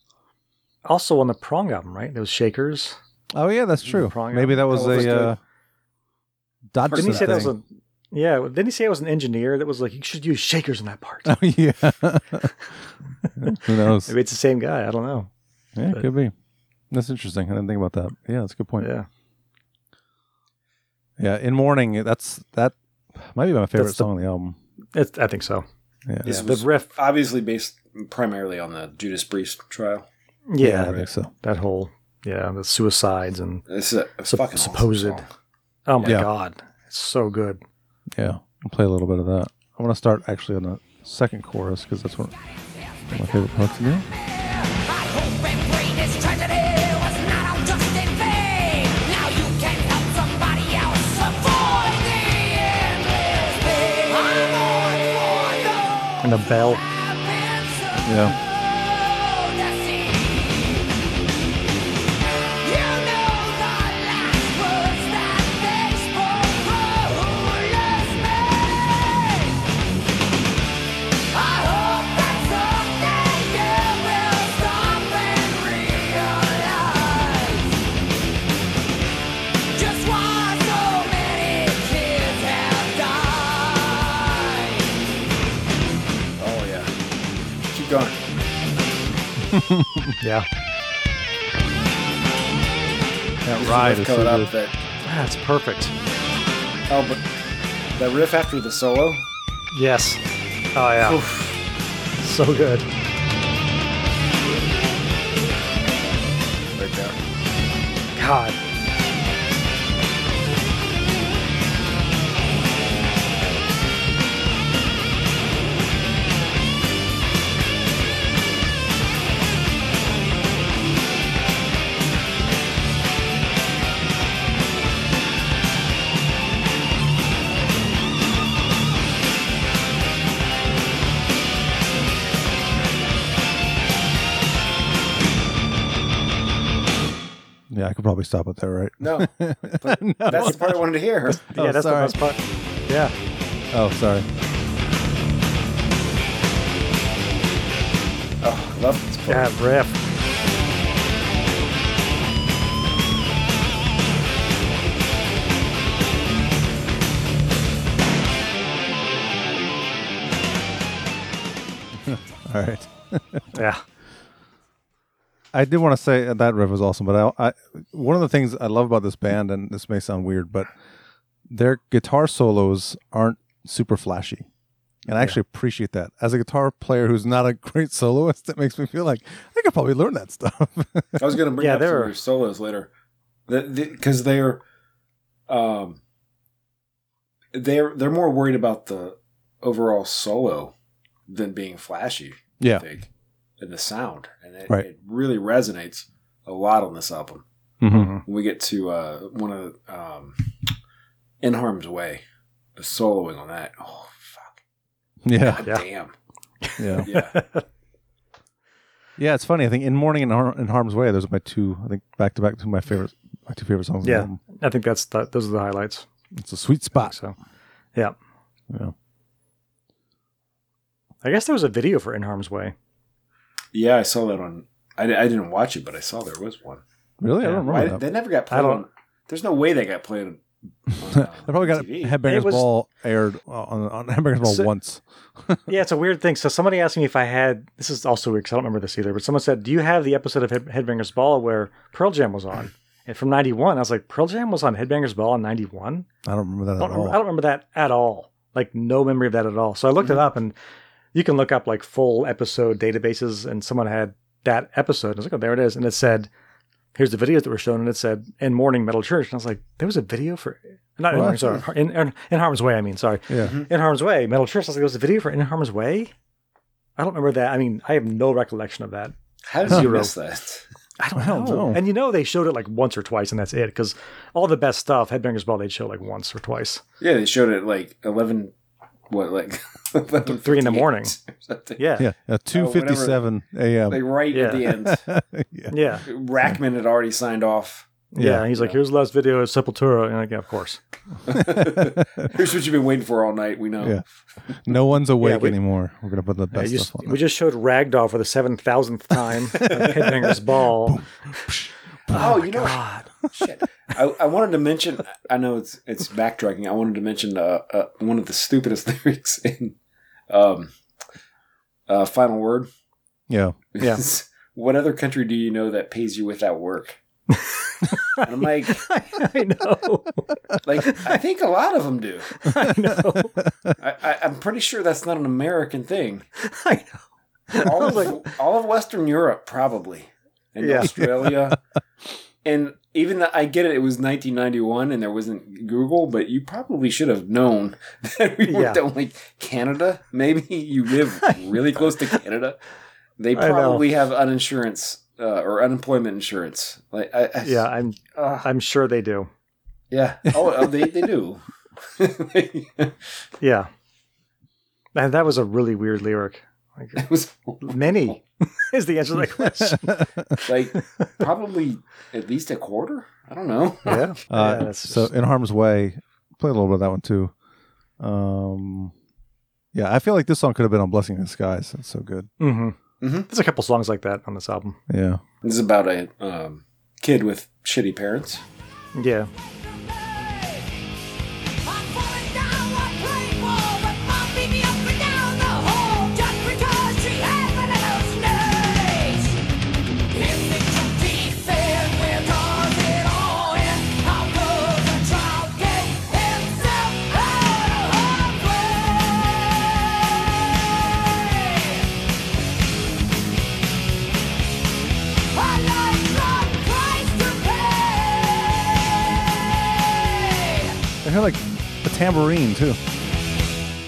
Speaker 2: Also on the prong album, right? Those shakers.
Speaker 1: That, oh yeah, that's true. Maybe that was
Speaker 2: Oh, let's do
Speaker 1: a
Speaker 2: it.
Speaker 1: uh, Dodson
Speaker 2: Didn't he say
Speaker 1: thing.
Speaker 2: that was a yeah? Didn't he say it was an engineer that was like you should use shakers in that part?
Speaker 1: oh yeah. Who knows?
Speaker 2: Maybe it's the same guy. I don't know.
Speaker 1: Yeah,
Speaker 2: But-
Speaker 1: it could be. That's interesting. I didn't think about that. Yeah, that's a good point.
Speaker 2: Yeah.
Speaker 1: Yeah, in morning. That's that might be my favorite
Speaker 2: That's the-
Speaker 1: song on the album.
Speaker 2: It, I think so.
Speaker 1: Yeah,
Speaker 3: This
Speaker 2: The
Speaker 3: was
Speaker 2: riff.
Speaker 3: obviously based primarily on the Judas Priest trial.
Speaker 2: Yeah,
Speaker 1: I think so.
Speaker 2: that whole yeah the suicides and
Speaker 3: This is a, a
Speaker 2: sup-
Speaker 3: fucking
Speaker 2: supposed.
Speaker 3: Awesome song.
Speaker 2: Oh my
Speaker 1: Yeah.
Speaker 2: god, it's so good.
Speaker 1: Yeah, I'll play a little bit of that. I want to start actually on the second chorus because that's one of my favorite parts of it.
Speaker 2: And the bell.
Speaker 1: Yeah.
Speaker 5: Just why so many kids have died.
Speaker 3: Oh yeah. Keep going.
Speaker 2: Yeah,
Speaker 1: That
Speaker 3: Right.
Speaker 1: ride
Speaker 3: Riff
Speaker 1: is
Speaker 3: coming
Speaker 1: so
Speaker 3: up
Speaker 1: good.
Speaker 3: that
Speaker 2: that's perfect.
Speaker 3: oh but that riff after the solo.
Speaker 2: Yes. Oh yeah. So good.
Speaker 3: Right there.
Speaker 2: God.
Speaker 1: Yeah, I could probably stop it there, right?
Speaker 3: No, but that's the part I wanted to hear.
Speaker 1: Oh,
Speaker 2: yeah, that's
Speaker 1: sorry.
Speaker 2: the best part. Yeah.
Speaker 1: Oh, sorry.
Speaker 3: Oh, I love this part.
Speaker 2: Yeah, riff.
Speaker 1: All right.
Speaker 2: yeah.
Speaker 1: I did want to say uh, that riff was awesome, but I, I one of the things I love about this band, and this may sound weird, but their guitar solos aren't super flashy, and I actually appreciate that. As a guitar player who's not a great soloist, it makes me feel like I could probably learn that stuff.
Speaker 3: I was going to bring
Speaker 2: Yeah,
Speaker 3: up some
Speaker 2: there
Speaker 3: of
Speaker 2: are-
Speaker 3: their solos later, because they're, um, they're they're more worried about the overall solo than being flashy.
Speaker 1: Yeah.
Speaker 3: I think, and the sound, and it,
Speaker 1: Right.
Speaker 3: it really resonates a lot on this album.
Speaker 1: Mhm.
Speaker 3: When we get to uh, one of um, in harm's way, the soloing on that. Oh,
Speaker 1: yeah,
Speaker 3: God damn.
Speaker 1: yeah,
Speaker 3: Yeah.
Speaker 1: yeah. It's funny. I think in morning and Har- in harm's way, those are my two. I think back to back, two of my favorite, my two favorite songs. on the
Speaker 2: Yeah.
Speaker 1: album.
Speaker 2: I think that's the, those are the highlights.
Speaker 1: it's a sweet spot.
Speaker 2: So, yeah.
Speaker 1: Yeah.
Speaker 2: I guess there was a video for In Harm's Way.
Speaker 3: Yeah, I saw that on. I, I didn't watch it, but I saw there was one.
Speaker 1: Really, I
Speaker 2: Yeah.
Speaker 1: don't
Speaker 3: Why-
Speaker 1: remember.
Speaker 3: they
Speaker 1: that.
Speaker 3: never got
Speaker 2: I
Speaker 3: played.
Speaker 2: don't-
Speaker 3: on, there's no way they got played. On, uh,
Speaker 1: They probably got
Speaker 3: TV.
Speaker 1: Headbangers
Speaker 2: It was-
Speaker 1: Ball aired on, on Headbangers Ball
Speaker 2: So-
Speaker 1: once.
Speaker 2: yeah, it's a weird thing. So somebody asked me if I had this is also weird because I don't remember this either. But someone said, "Do you have the episode of Head- Headbangers Ball where Pearl Jam was on?" And from '91, I was like, "Pearl Jam was on Headbangers Ball in '91."
Speaker 1: I don't remember that
Speaker 2: I don't,
Speaker 1: at all.
Speaker 2: remember, I don't remember that at all. Like no memory of that at all. So I looked
Speaker 1: Mm-hmm.
Speaker 2: it up, and you can look up like full episode databases, and someone had that episode. And I was like, "Oh, there it is," and it said. Here's the videos that were shown, and it said "In Morning Metal Church," and I was like, "There was a video for not in,
Speaker 1: What?
Speaker 2: Morning, sorry, in, in, in Harm's Way." I mean, sorry,
Speaker 1: Yeah.
Speaker 2: in Harm's Way, Metal Church. I was like, there was a video for In Harm's Way. I don't remember that. I mean, I have no recollection of that.
Speaker 3: How did you
Speaker 2: Zero.
Speaker 3: miss that?
Speaker 2: I don't,
Speaker 1: don't
Speaker 2: know.
Speaker 1: know.
Speaker 2: And you know, they showed it like once or twice, and that's it. Because all the best stuff, Headbangers Ball, they'd show like once or twice.
Speaker 3: Yeah, they showed it like eleven. What like
Speaker 2: Three in the morning.
Speaker 3: or something.
Speaker 2: Yeah.
Speaker 1: Yeah, uh, two fifty seven
Speaker 3: Like
Speaker 1: a.m.
Speaker 3: right at the
Speaker 2: Yeah.
Speaker 3: end,
Speaker 1: Yeah.
Speaker 2: Yeah.
Speaker 3: Rackman had already signed off.
Speaker 2: Yeah. And he's like, here's the last video of Sepultura. And like, yeah, of course.
Speaker 3: Here's what you've been waiting for all night. We know.
Speaker 1: Yeah. No one's awake
Speaker 2: we-
Speaker 1: anymore. We're gonna put the
Speaker 2: Yeah,
Speaker 1: best
Speaker 2: you just-
Speaker 1: stuff on.
Speaker 2: we just showed Ragdoll for the 7,000th time. of Headbangers Ball.
Speaker 3: Oh, you know, shit. I, I wanted to mention. I know it's it's backtracking. I wanted to mention uh, uh, one of the stupidest lyrics in um, uh, "Final Word."
Speaker 1: yeah,
Speaker 2: Yeah.
Speaker 3: is, what other country do you know that pays you without work? and I'm like,
Speaker 2: I know.
Speaker 3: like I think a lot of them do.
Speaker 2: I know.
Speaker 3: I, I, I'm pretty sure that's not an American thing.
Speaker 2: I know.
Speaker 3: All of all of Western Europe probably, and
Speaker 2: Yeah.
Speaker 3: Australia, and even though I get it, it was 1991 and there wasn't Google, but you probably should have known that we
Speaker 2: Yeah.
Speaker 3: weren't only Canada. Maybe you live really close to Canada. They
Speaker 2: I know.
Speaker 3: probably have uninsurance uh, or unemployment insurance. Like I, I
Speaker 2: Yeah, I'm,
Speaker 3: uh,
Speaker 2: I'm sure they do.
Speaker 3: yeah. Oh, oh, they they do. it
Speaker 2: Yeah. And that was a really weird lyric. Like,
Speaker 3: was
Speaker 2: many is the answer to that
Speaker 1: Uh,
Speaker 2: question.
Speaker 3: like probably at least a quarter. I don't know.
Speaker 2: yeah.
Speaker 1: Uh,
Speaker 2: that's
Speaker 1: so
Speaker 2: just-
Speaker 1: in harm's way, play a little bit of that one too. Um, yeah, I feel like this song could have been on "Blessing in Disguise." It's so good.
Speaker 2: Mhm.
Speaker 3: Mhm.
Speaker 2: There's a couple songs like that on this album.
Speaker 1: Yeah,
Speaker 3: This is about a um, kid with shitty parents.
Speaker 2: Yeah.
Speaker 5: I like the price to pay.
Speaker 1: I hear like a tambourine too.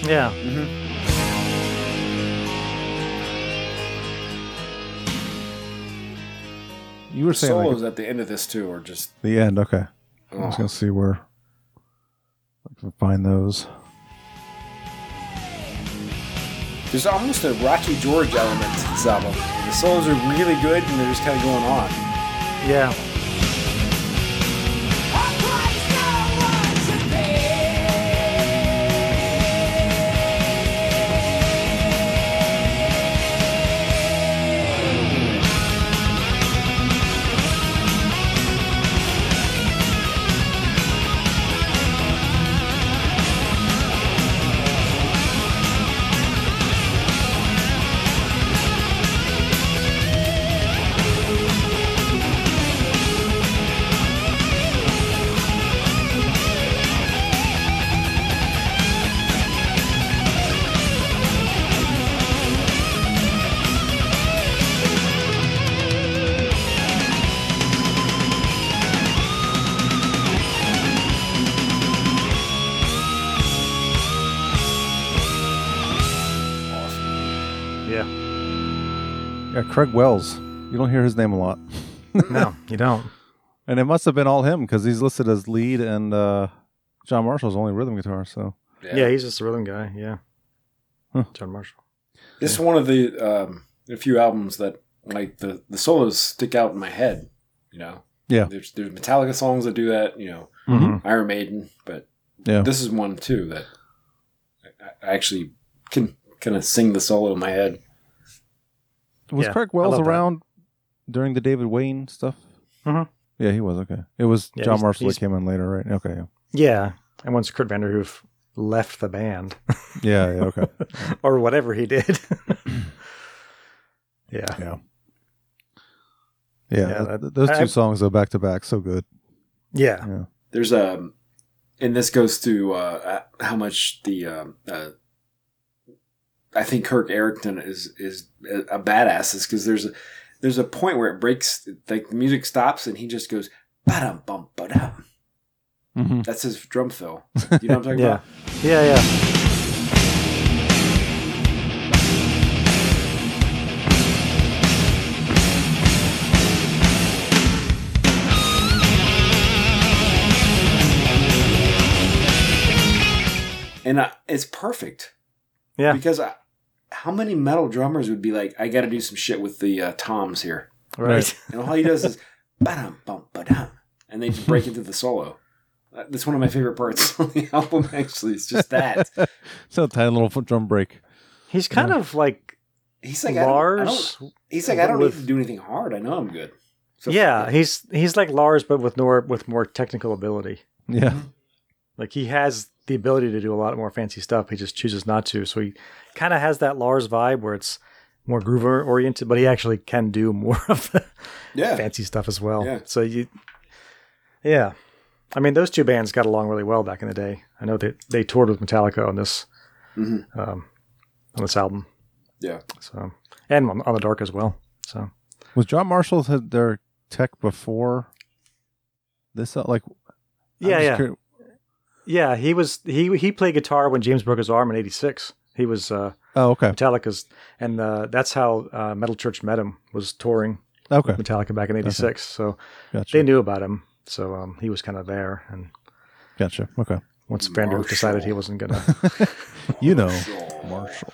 Speaker 2: Yeah.
Speaker 1: You were
Speaker 3: The
Speaker 1: saying like,
Speaker 3: solos at the end of this too are just
Speaker 1: the end. Okay, I'm
Speaker 3: oh,
Speaker 1: just gonna see where I can find those.
Speaker 3: there's almost a Rocky George element to this album. The solos are really good and they're just kind of going on.
Speaker 2: Yeah.
Speaker 5: I'll
Speaker 1: Yeah, Craig Wells. You don't hear his name a lot.
Speaker 2: no, you don't.
Speaker 1: And it must have been all him because he's listed as lead, and uh, John Marshall's only rhythm guitar. So
Speaker 2: Yeah. he's just a rhythm guy. Yeah. John Marshall.
Speaker 3: This is one of the um, a few albums that like the the solos stick out in my head. You know,
Speaker 1: Yeah.
Speaker 3: There's there's Metallica songs that do that. You know,
Speaker 2: Mm-hmm.
Speaker 1: Mhm.
Speaker 3: Iron Maiden, but
Speaker 1: Yeah.
Speaker 3: this is one too that I- I actually can kind of sing the solo in my head.
Speaker 1: Mm-hmm. was
Speaker 3: Yeah,
Speaker 1: Craig
Speaker 3: I
Speaker 1: Wells
Speaker 3: love that.
Speaker 1: around during the David Wayne stuff?
Speaker 2: Mhm.
Speaker 1: Yeah, he was okay. It was
Speaker 2: Yeah,
Speaker 1: John
Speaker 2: he's-
Speaker 1: Marshall
Speaker 2: he's-
Speaker 1: that came in later, right? Okay, yeah,
Speaker 2: Yeah. And once Kurt Vanderhoof left the band.
Speaker 1: yeah, yeah okay.
Speaker 2: or whatever he did. yeah.
Speaker 1: Yeah. Yeah,
Speaker 2: Yeah,
Speaker 1: th-
Speaker 2: that-
Speaker 1: those two
Speaker 2: I-
Speaker 1: songs are back to back, so good.
Speaker 2: Yeah.
Speaker 1: yeah.
Speaker 3: There's um, and this goes to uh, uh, how much the um, uh, I think Kirk Erickson is is a a badass is because there's a there's a point where it breaks like the music stops and he just goes ba bum ba dum.
Speaker 2: Mm-hmm.
Speaker 1: Mhm.
Speaker 3: That's his drum fill. You know what I'm talking
Speaker 2: Yeah.
Speaker 3: about?
Speaker 2: Yeah, yeah.
Speaker 3: And I, it's perfect.
Speaker 2: Yeah.
Speaker 3: Because I, how many metal drummers would be like, I got to do some shit with the uh, toms here,
Speaker 2: Right.
Speaker 3: and all he does is ba dum bum ba dum, and they just break into the solo. Uh, That's one of my favorite parts on the album. Actually, it's just that.
Speaker 1: so tiny little foot drum break.
Speaker 2: He's kind of like
Speaker 3: He's like I don't,
Speaker 2: Lars.
Speaker 3: I don't, he's like I don't
Speaker 2: with-
Speaker 3: need to do anything hard. I know I'm good. So-
Speaker 2: yeah, he's he's like Lars, but with more with more technical ability.
Speaker 1: Yeah.
Speaker 2: Mm-hmm. Like he has the ability to do a lot more fancy stuff. He just chooses not to. So he kind of has that Lars vibe where it's more groover oriented, but he actually can do more of the
Speaker 3: Yeah.
Speaker 2: fancy stuff as well.
Speaker 3: Yeah.
Speaker 2: So you, yeah, I mean those two bands got along really well back in the day. I know they they toured with Metallica on this
Speaker 3: Mhm.
Speaker 2: um, on this album.
Speaker 3: Yeah.
Speaker 2: So and on, on the Dark as well. So
Speaker 1: Was John Marshall had their tech before this? uh, Like, I'm
Speaker 2: yeah,
Speaker 1: just
Speaker 2: yeah,
Speaker 1: curi-
Speaker 2: yeah. He was he he played guitar when James broke his arm in '86. He was uh,
Speaker 1: Oh, okay,
Speaker 2: Metallica's, and uh, that's how uh, Metal Church met him. Was touring
Speaker 1: okay.
Speaker 2: with Metallica back in '86.
Speaker 3: Uh-huh.
Speaker 2: So
Speaker 1: Gotcha.
Speaker 2: they knew about him. So um, he was kind of there, and
Speaker 1: Gotcha. Okay.
Speaker 2: once
Speaker 3: Oh,
Speaker 2: Vanderhoof decided he wasn't gonna.
Speaker 1: You know, Marshall.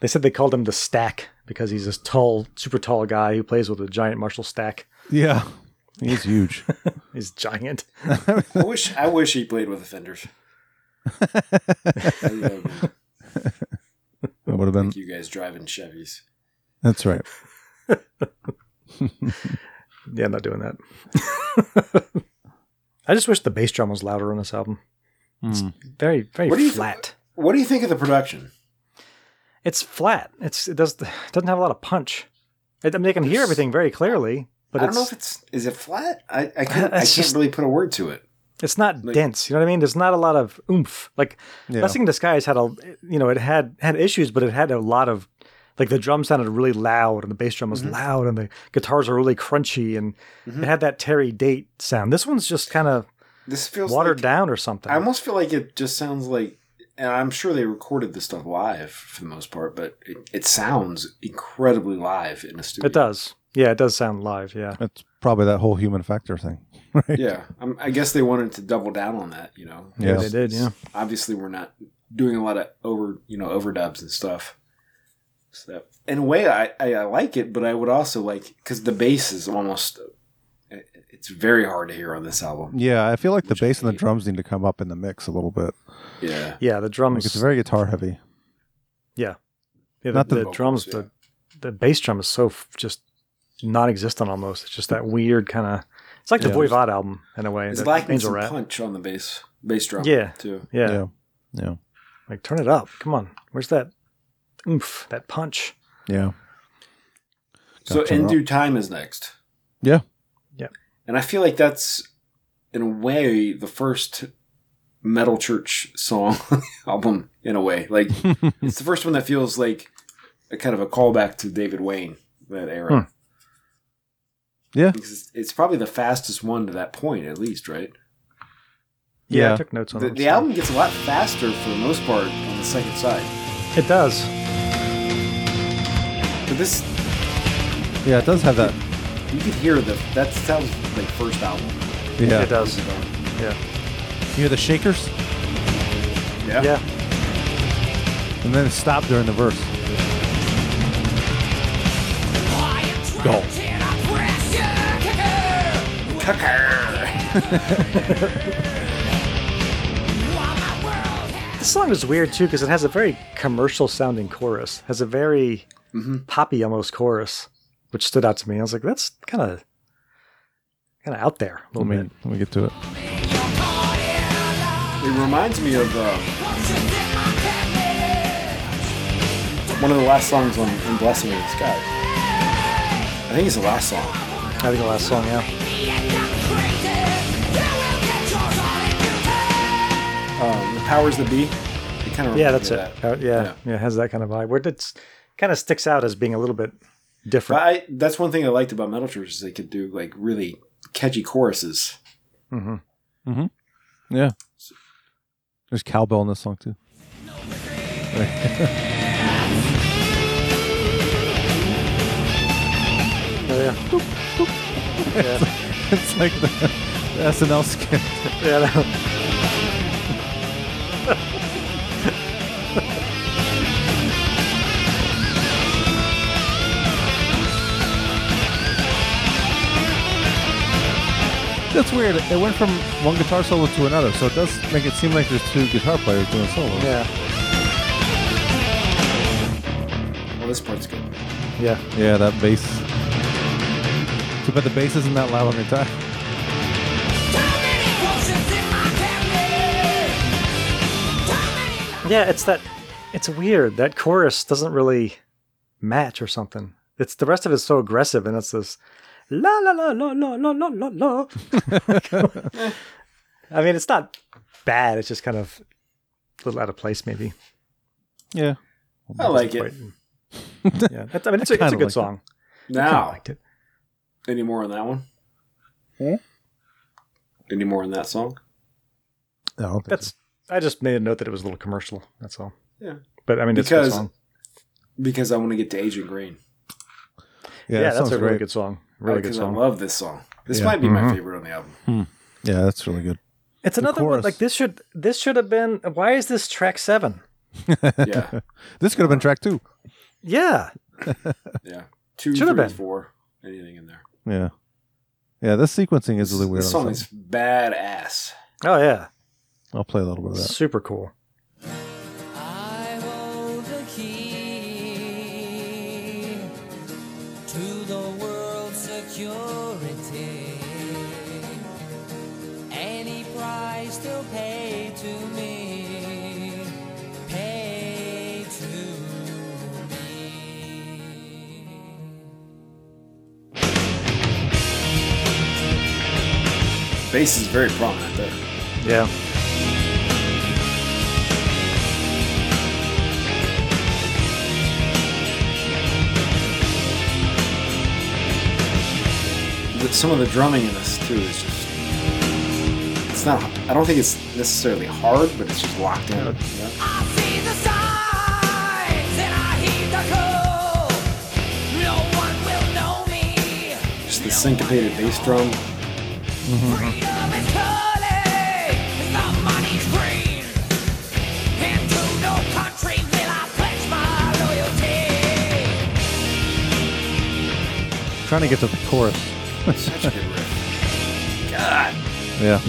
Speaker 2: They said they called him the Stack because he's this tall, super tall guy who plays with a giant Marshall stack.
Speaker 1: Yeah, he's huge.
Speaker 2: He's giant.
Speaker 3: I wish I wish he played with offenders. that
Speaker 1: That would have been.
Speaker 3: you guys driving Chevys.
Speaker 1: That's right.
Speaker 2: Yeah, I'm not doing that. I just wish the bass drum was louder on this album. Very, very
Speaker 3: What do you th-
Speaker 2: flat.
Speaker 3: What do you think of the production?
Speaker 2: it's flat. It's it does doesn't have a lot of punch. It, I mean, they can hear everything very clearly, but
Speaker 3: I don't
Speaker 2: it's
Speaker 3: know if it's is it flat. I I can't, I can't
Speaker 2: It's just-
Speaker 3: really put a word to it.
Speaker 2: it's not dense. You know what I mean? There's not a lot of oomph. Like
Speaker 1: Yeah.
Speaker 2: Blessing in Disguise had a you know it had had issues, but it had a lot of like the drum sounded really loud and the bass drum was
Speaker 3: Mm-hmm.
Speaker 2: loud and the guitars are really crunchy and it had that Terry Date sound. This one's just kind of
Speaker 3: This feels
Speaker 2: watered
Speaker 3: like-
Speaker 2: down or something.
Speaker 3: I almost feel like it just sounds like, and I'm sure they recorded this stuff live for the most part, but it, it sounds incredibly live in a studio.
Speaker 2: it does. Yeah, it does sound live. Yeah.
Speaker 1: That's probably that whole human factor thing.
Speaker 3: Yeah, I'm, I guess they wanted to double down on that. You know,
Speaker 1: Yeah, they
Speaker 2: did, yeah.
Speaker 3: obviously we're not doing a lot of over, you know, overdubs and stuff. So in a way, I, I, I like it, but I would also like because the bass is almost it- it's very hard to hear on this album.
Speaker 1: Yeah, I feel like the bass and the drums need to come up in the mix a little bit.
Speaker 3: Yeah,
Speaker 2: Yeah, the drums.
Speaker 1: Like it's very guitar heavy.
Speaker 2: Yeah. Yeah,
Speaker 1: Not
Speaker 2: the,
Speaker 1: the
Speaker 2: the drums, the the bass drum is so f- just non-existent almost. It's just that weird kind of. It's like the
Speaker 3: Yeah.
Speaker 2: Voivod album in a way.
Speaker 3: It's
Speaker 2: that
Speaker 3: lacking
Speaker 2: Angel
Speaker 3: some
Speaker 2: Rat.
Speaker 3: punch on the bass bass drum.
Speaker 2: Yeah.
Speaker 3: too.
Speaker 2: Yeah.
Speaker 1: yeah, yeah,
Speaker 2: Like turn it up. Come on. Where's that oomph? That punch.
Speaker 1: yeah.
Speaker 3: So
Speaker 1: Gotcha.
Speaker 3: in due time is next.
Speaker 1: Yeah.
Speaker 2: Yeah.
Speaker 3: And I feel like that's, in a way, the first Metal Church song album, in a way. Like, it's the first one that feels like a kind of a callback to David Wayne, that era.
Speaker 1: Hmm. Yeah.
Speaker 3: Because it's, it's probably the fastest one to that point, at least, right?
Speaker 2: Yeah,
Speaker 1: Yeah.
Speaker 2: I took notes on
Speaker 3: The,
Speaker 2: it.
Speaker 3: the album gets a lot faster for the most part on the second side.
Speaker 2: It does.
Speaker 3: But this
Speaker 1: Yeah, it does have that.
Speaker 3: You could hear the that sounds like first album.
Speaker 1: Yeah. It
Speaker 2: does. Yeah.
Speaker 1: You hear the shakers,
Speaker 3: Yeah.
Speaker 2: Yeah.
Speaker 1: and then it stopped during the verse. Go.
Speaker 2: This song is weird too because it has a very commercial sounding chorus. Has a very
Speaker 3: Mm-hmm.
Speaker 2: poppy almost chorus, which stood out to me. I was like, that's kind of kind of out there a
Speaker 1: Let
Speaker 2: little
Speaker 1: me
Speaker 2: bit.
Speaker 1: let me get to it.
Speaker 3: It reminds me of uh, one of the last songs on in Blessing in the Sky. I think it's the last song.
Speaker 2: I think the last song, yeah.
Speaker 3: Um, the powers that be. It kind of
Speaker 2: Yeah, that's it.
Speaker 3: That.
Speaker 2: Uh, yeah, yeah, it has that kind of vibe. Where it's kind of sticks out as being a little bit different.
Speaker 3: But I, that's one thing I liked about Metal Church is they could do like really catchy choruses.
Speaker 2: Mm-hmm.
Speaker 1: Mm-hmm. Yeah. There's cowbell in this song too.
Speaker 2: Oh, yeah. yeah.
Speaker 1: it's like the, the SNL skit.
Speaker 2: Yeah, I know.
Speaker 1: That's weird. It went from one guitar solo to another, so it does make it seem like there's two guitar players doing solos.
Speaker 2: Yeah.
Speaker 3: Well, Oh, this part's good.
Speaker 2: Yeah.
Speaker 1: Yeah, that bass. Too bad the bass isn't that loud on the guitar.
Speaker 2: Yeah, it's that. It's weird. That chorus doesn't really match or something. It's the rest of it's so aggressive, and it's this la la la la la la la la la. I mean, it's not bad. It's just kind of a little out of place, maybe.
Speaker 1: Yeah.
Speaker 3: I like it.
Speaker 2: Yeah, that's- I mean, it's, a it's a
Speaker 1: kinda
Speaker 2: good
Speaker 1: liked it.
Speaker 2: song. I kinda
Speaker 3: Now,
Speaker 2: liked it.
Speaker 3: any more on that one? Any more on that song?
Speaker 1: No,
Speaker 2: that's. I just made a note that it was a little commercial. That's all.
Speaker 3: Yeah.
Speaker 2: But I mean, it's a good
Speaker 3: Because-
Speaker 2: song.
Speaker 3: Because I want to get to Agent Green.
Speaker 2: Yeah, that's
Speaker 1: sounds
Speaker 2: a really
Speaker 1: great.
Speaker 2: good song. Really good
Speaker 3: Because
Speaker 2: song.
Speaker 3: I love this song. This
Speaker 1: Yeah.
Speaker 3: might be my
Speaker 1: Mhm.
Speaker 3: favorite on the album.
Speaker 1: Yeah, that's really good.
Speaker 2: It's
Speaker 1: The
Speaker 2: another one
Speaker 1: chorus.
Speaker 2: like this should this should have been why is this track 7?
Speaker 3: Yeah.
Speaker 1: this could have been track two.
Speaker 2: Yeah.
Speaker 3: Yeah. Two,
Speaker 2: Should have
Speaker 3: three,
Speaker 2: been.
Speaker 3: four. Anything in there.
Speaker 1: Yeah. Yeah, this sequencing is really weird.
Speaker 3: This
Speaker 1: on
Speaker 3: song
Speaker 1: this
Speaker 3: is badass.
Speaker 2: Oh yeah.
Speaker 1: album. I'll play a little bit of that.
Speaker 2: Super cool.
Speaker 5: to the world's security. Any price they'll pay to me, pay to
Speaker 3: Bass is very prominent there.
Speaker 2: Yeah.
Speaker 3: The- some of the drumming in this too is just. It's not. I don't think it's necessarily hard, but it's just locked in. Yeah.
Speaker 5: see the signs and I heed the call. No one will know me.
Speaker 3: Just the syncopated bass drum.
Speaker 5: Freedom is calling. The money's green. And to no country will I pledge my loyalty.
Speaker 1: Trying to get to the chorus.
Speaker 3: Such a good riff. God.
Speaker 1: Yeah.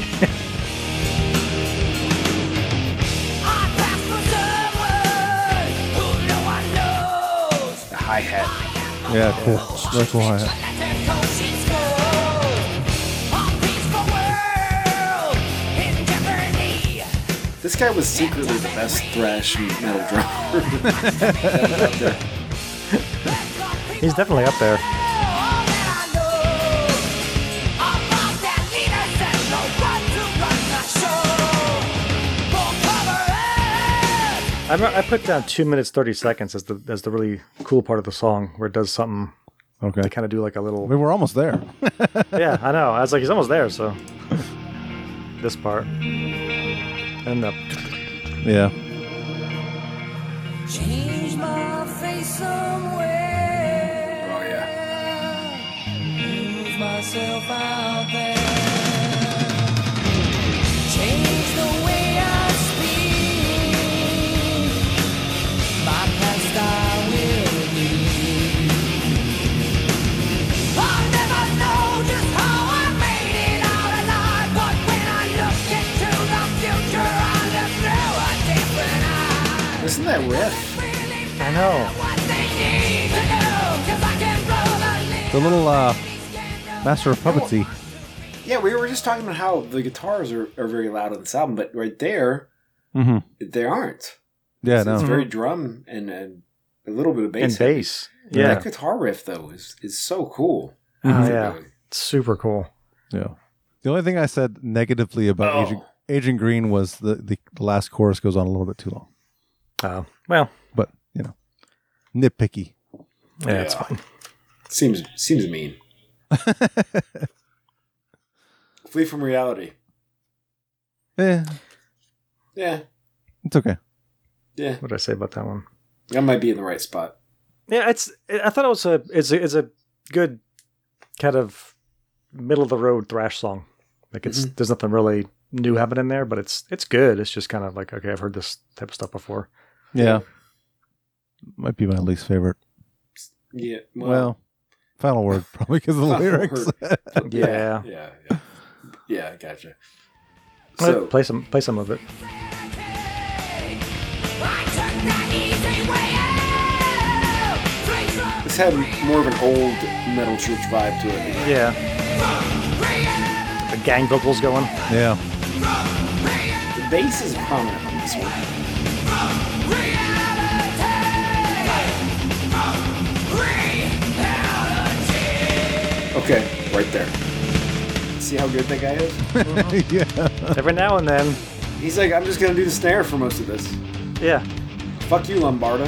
Speaker 3: The hi hat.
Speaker 1: Yeah, cool. Very cool hi-hat.
Speaker 3: This guy was secretly the best thrash metal drummer.
Speaker 2: He's definitely up there. I, remember- I put down two minutes thirty seconds as the as the really cool part of the song where it does something
Speaker 1: Okay.
Speaker 2: to kind of do like a little
Speaker 1: We were almost there.
Speaker 2: yeah, I know. I was like, he's almost there. So this part and the
Speaker 1: Yeah.
Speaker 5: Change my face somewhere.
Speaker 3: Oh yeah.
Speaker 5: Change myself out there. Change the way I speak. My past I will leave. I'll never know just how I made it out alive, but when I look into the future, I look through a different eye.
Speaker 3: Isn't that riff?
Speaker 2: I know.
Speaker 5: Need to know, 'cause I can blow the
Speaker 1: The little uh, Master of Puppetsy.
Speaker 3: Yeah, we were just talking about how the guitars are, are very loud on this album, but right there,
Speaker 1: Mm-hmm.
Speaker 3: they aren't.
Speaker 1: Yeah,
Speaker 3: it's,
Speaker 1: no.
Speaker 3: it's very drum and, and a little bit of
Speaker 2: And
Speaker 3: bass.
Speaker 2: bass,
Speaker 3: heavy.
Speaker 2: yeah.
Speaker 3: that guitar riff though is is so cool. Mm-hmm.
Speaker 2: Oh, yeah. Super cool.
Speaker 1: Yeah. The only thing I said negatively about
Speaker 2: Oh.
Speaker 1: Agent, Agent Green was the, the the last chorus goes on a little bit too long.
Speaker 2: Oh, well.
Speaker 1: But you know, nitpicky.
Speaker 2: Yeah, it's fine.
Speaker 3: Seems seems mean. Flee from reality.
Speaker 1: Yeah,
Speaker 3: Yeah,
Speaker 1: it's okay.
Speaker 3: yeah.
Speaker 2: What did I say about that one?
Speaker 3: That might be in the right spot.
Speaker 2: Yeah, it's. I thought it was a. It's a. It's a good kind of middle of the road thrash song. Like it's. There's nothing really new happening there, but it's. It's good. It's just kind of like okay, I've heard this type of stuff before.
Speaker 1: Yeah. Might be my least favorite.
Speaker 3: Yeah.
Speaker 1: Well, final word probably because of the lyrics.
Speaker 2: yeah.
Speaker 3: Yeah. Yeah. Yeah. Gotcha.
Speaker 2: Well, play some. Play some of it.
Speaker 3: This had more of an old metal church vibe to it.
Speaker 2: Yeah. The gang vocals going.
Speaker 1: Yeah.
Speaker 3: The bass is prominent on this one. Okay, right there. See how good that guy is?
Speaker 1: yeah.
Speaker 2: Every now and then.
Speaker 3: He's like, I'm just gonna do the snare for most of this.
Speaker 2: Yeah.
Speaker 3: Fuck you, Lombarda.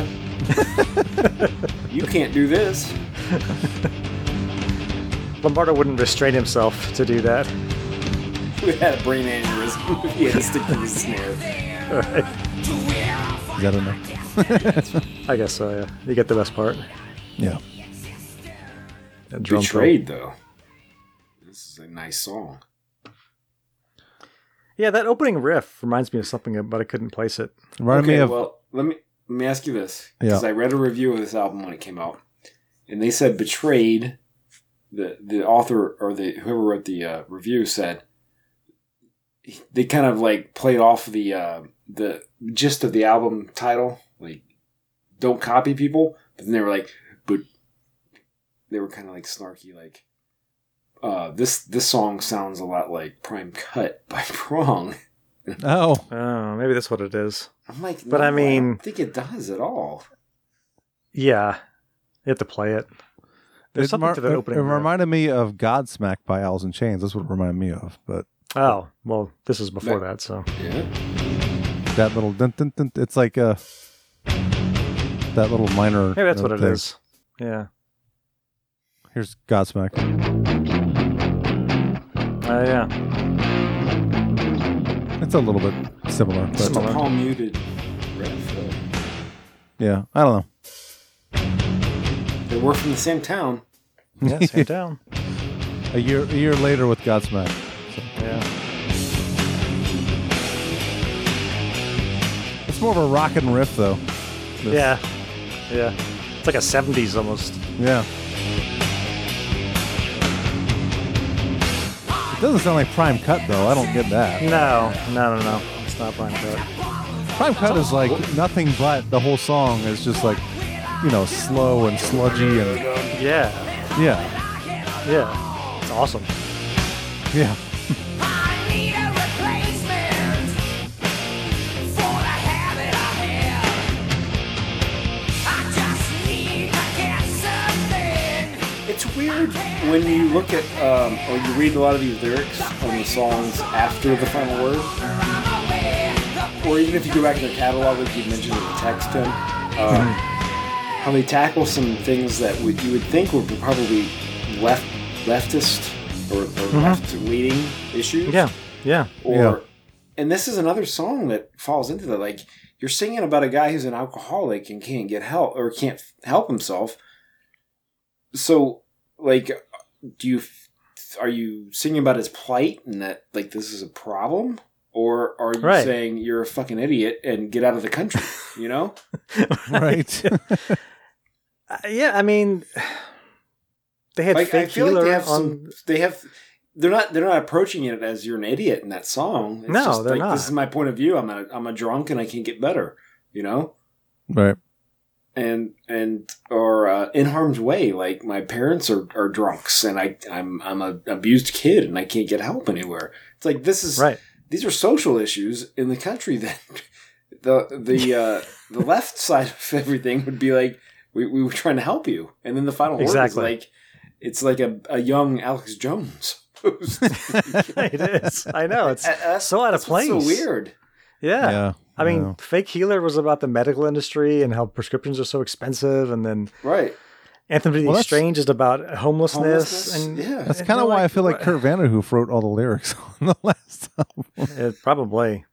Speaker 3: you can't do this.
Speaker 2: Lombardo wouldn't restrain himself to do that.
Speaker 3: We had a brain aneurysm. if he had to stick to the snare.
Speaker 1: Is that enough?
Speaker 2: I guess so. Yeah. You get the best part.
Speaker 1: Yeah.
Speaker 2: That drum fill.
Speaker 3: Betrayed though. This is a nice song.
Speaker 2: Yeah, that opening riff reminds me of something, but I couldn't place it.
Speaker 1: Reminded me
Speaker 3: Okay,
Speaker 1: of
Speaker 3: Well, let me let me ask you this because
Speaker 1: Yeah.
Speaker 3: I read a review of this album when it came out, and they said "Betrayed." The the author or the whoever wrote the uh, review said they kind of like played off the uh, the gist of the album title, like "Don't copy people," but then they were like, "But they were kind of like snarky, like." Uh, this this song sounds a lot like Prime Cut by Prong.
Speaker 1: oh,
Speaker 2: oh, maybe that's what it is.
Speaker 3: I'm like,
Speaker 2: But
Speaker 3: no,
Speaker 2: I
Speaker 3: don't
Speaker 2: mean-
Speaker 3: think it does at all.
Speaker 2: Yeah, you have to play it. There's
Speaker 1: it
Speaker 2: something
Speaker 1: mar-
Speaker 2: to that
Speaker 1: it-
Speaker 2: opening.
Speaker 1: It
Speaker 2: riff.
Speaker 1: reminded me of Godsmack by Owls and Chains. That's what it reminded me of. But
Speaker 2: oh, well, this is before that, so
Speaker 3: Yeah.
Speaker 1: that little dun, dun, dun, it's like uh that little minor.
Speaker 2: maybe that's
Speaker 1: note
Speaker 2: what it
Speaker 1: there.
Speaker 2: is. Yeah,
Speaker 1: Here's Godsmack.
Speaker 2: uh, yeah.
Speaker 1: It's a little bit similar, but
Speaker 3: Just a palm muted riff. though.
Speaker 1: yeah, I don't know.
Speaker 3: They were from the same town.
Speaker 2: Yeah, same down.
Speaker 1: A year a year later with Godsmack. So
Speaker 2: Yeah,
Speaker 1: it's more of a rock and riff though. This-
Speaker 2: yeah, yeah. It's like a '70s almost.
Speaker 1: Yeah. It doesn't sound like Prime Cut though. I don't get that.
Speaker 2: No, no, no, no. It's not Brian Cut.
Speaker 1: Prime Cut is like nothing but the whole song is just like, you know, slow and sludgy and
Speaker 2: Yeah,
Speaker 1: yeah,
Speaker 2: yeah. It's awesome.
Speaker 1: yeah.
Speaker 3: It's weird when you look at um, or you read a lot of these lyrics on the songs after the final word, or even if you go back in their catalog, like you mentioned in the text, Tim, um, how they tackle some things that would, you would think were probably left leftist or, or left leaning issues.
Speaker 2: Yeah, yeah,
Speaker 3: or
Speaker 1: Yeah.
Speaker 3: and this is another song that falls into that like you're singing about a guy who's an alcoholic and can't get help or can't f- help himself so like do you f- are you singing about his plight and that like this is a problem, or are you
Speaker 2: Right.
Speaker 3: saying you're a fucking idiot and get out of the country? You know,
Speaker 1: right?
Speaker 2: Uh, yeah, I mean, they had
Speaker 3: like,
Speaker 2: fake
Speaker 3: I feel like
Speaker 2: healer
Speaker 3: they have
Speaker 2: on.
Speaker 3: some. They have. They're not. They're not approaching it as you're an idiot in that song. It's
Speaker 2: No,
Speaker 3: just
Speaker 2: they're
Speaker 3: like,
Speaker 2: not.
Speaker 3: This is my point of view. I'm a. I'm a drunk and I can't get better. You know.
Speaker 1: Right.
Speaker 3: and and or uh, in harm's way. Like my parents are, are drunks, and I I'm I'm a abused kid, and I can't get help anywhere. It's like this is
Speaker 2: Right.
Speaker 3: These are social issues in the country that the the uh, the left side of everything would be like we, we were trying to help you, and then the final word
Speaker 2: Exactly.
Speaker 3: is like it's like a, a young Alex Jones.
Speaker 2: it is. I know. It's so out of
Speaker 3: It's
Speaker 2: place.
Speaker 3: so weird.
Speaker 2: Yeah.
Speaker 1: Yeah,
Speaker 2: I mean,
Speaker 1: yeah.
Speaker 2: fake healer was about the medical industry and how prescriptions are so expensive, and then
Speaker 3: right.
Speaker 2: Anthem to the
Speaker 1: Well, that's-
Speaker 2: Exchange is about homelessness,
Speaker 3: Homelessness,
Speaker 2: and
Speaker 3: yeah.
Speaker 1: That's kind of why I feel like Kurt Vanderhoof wrote all the lyrics on the last album.
Speaker 2: It, uh, probably.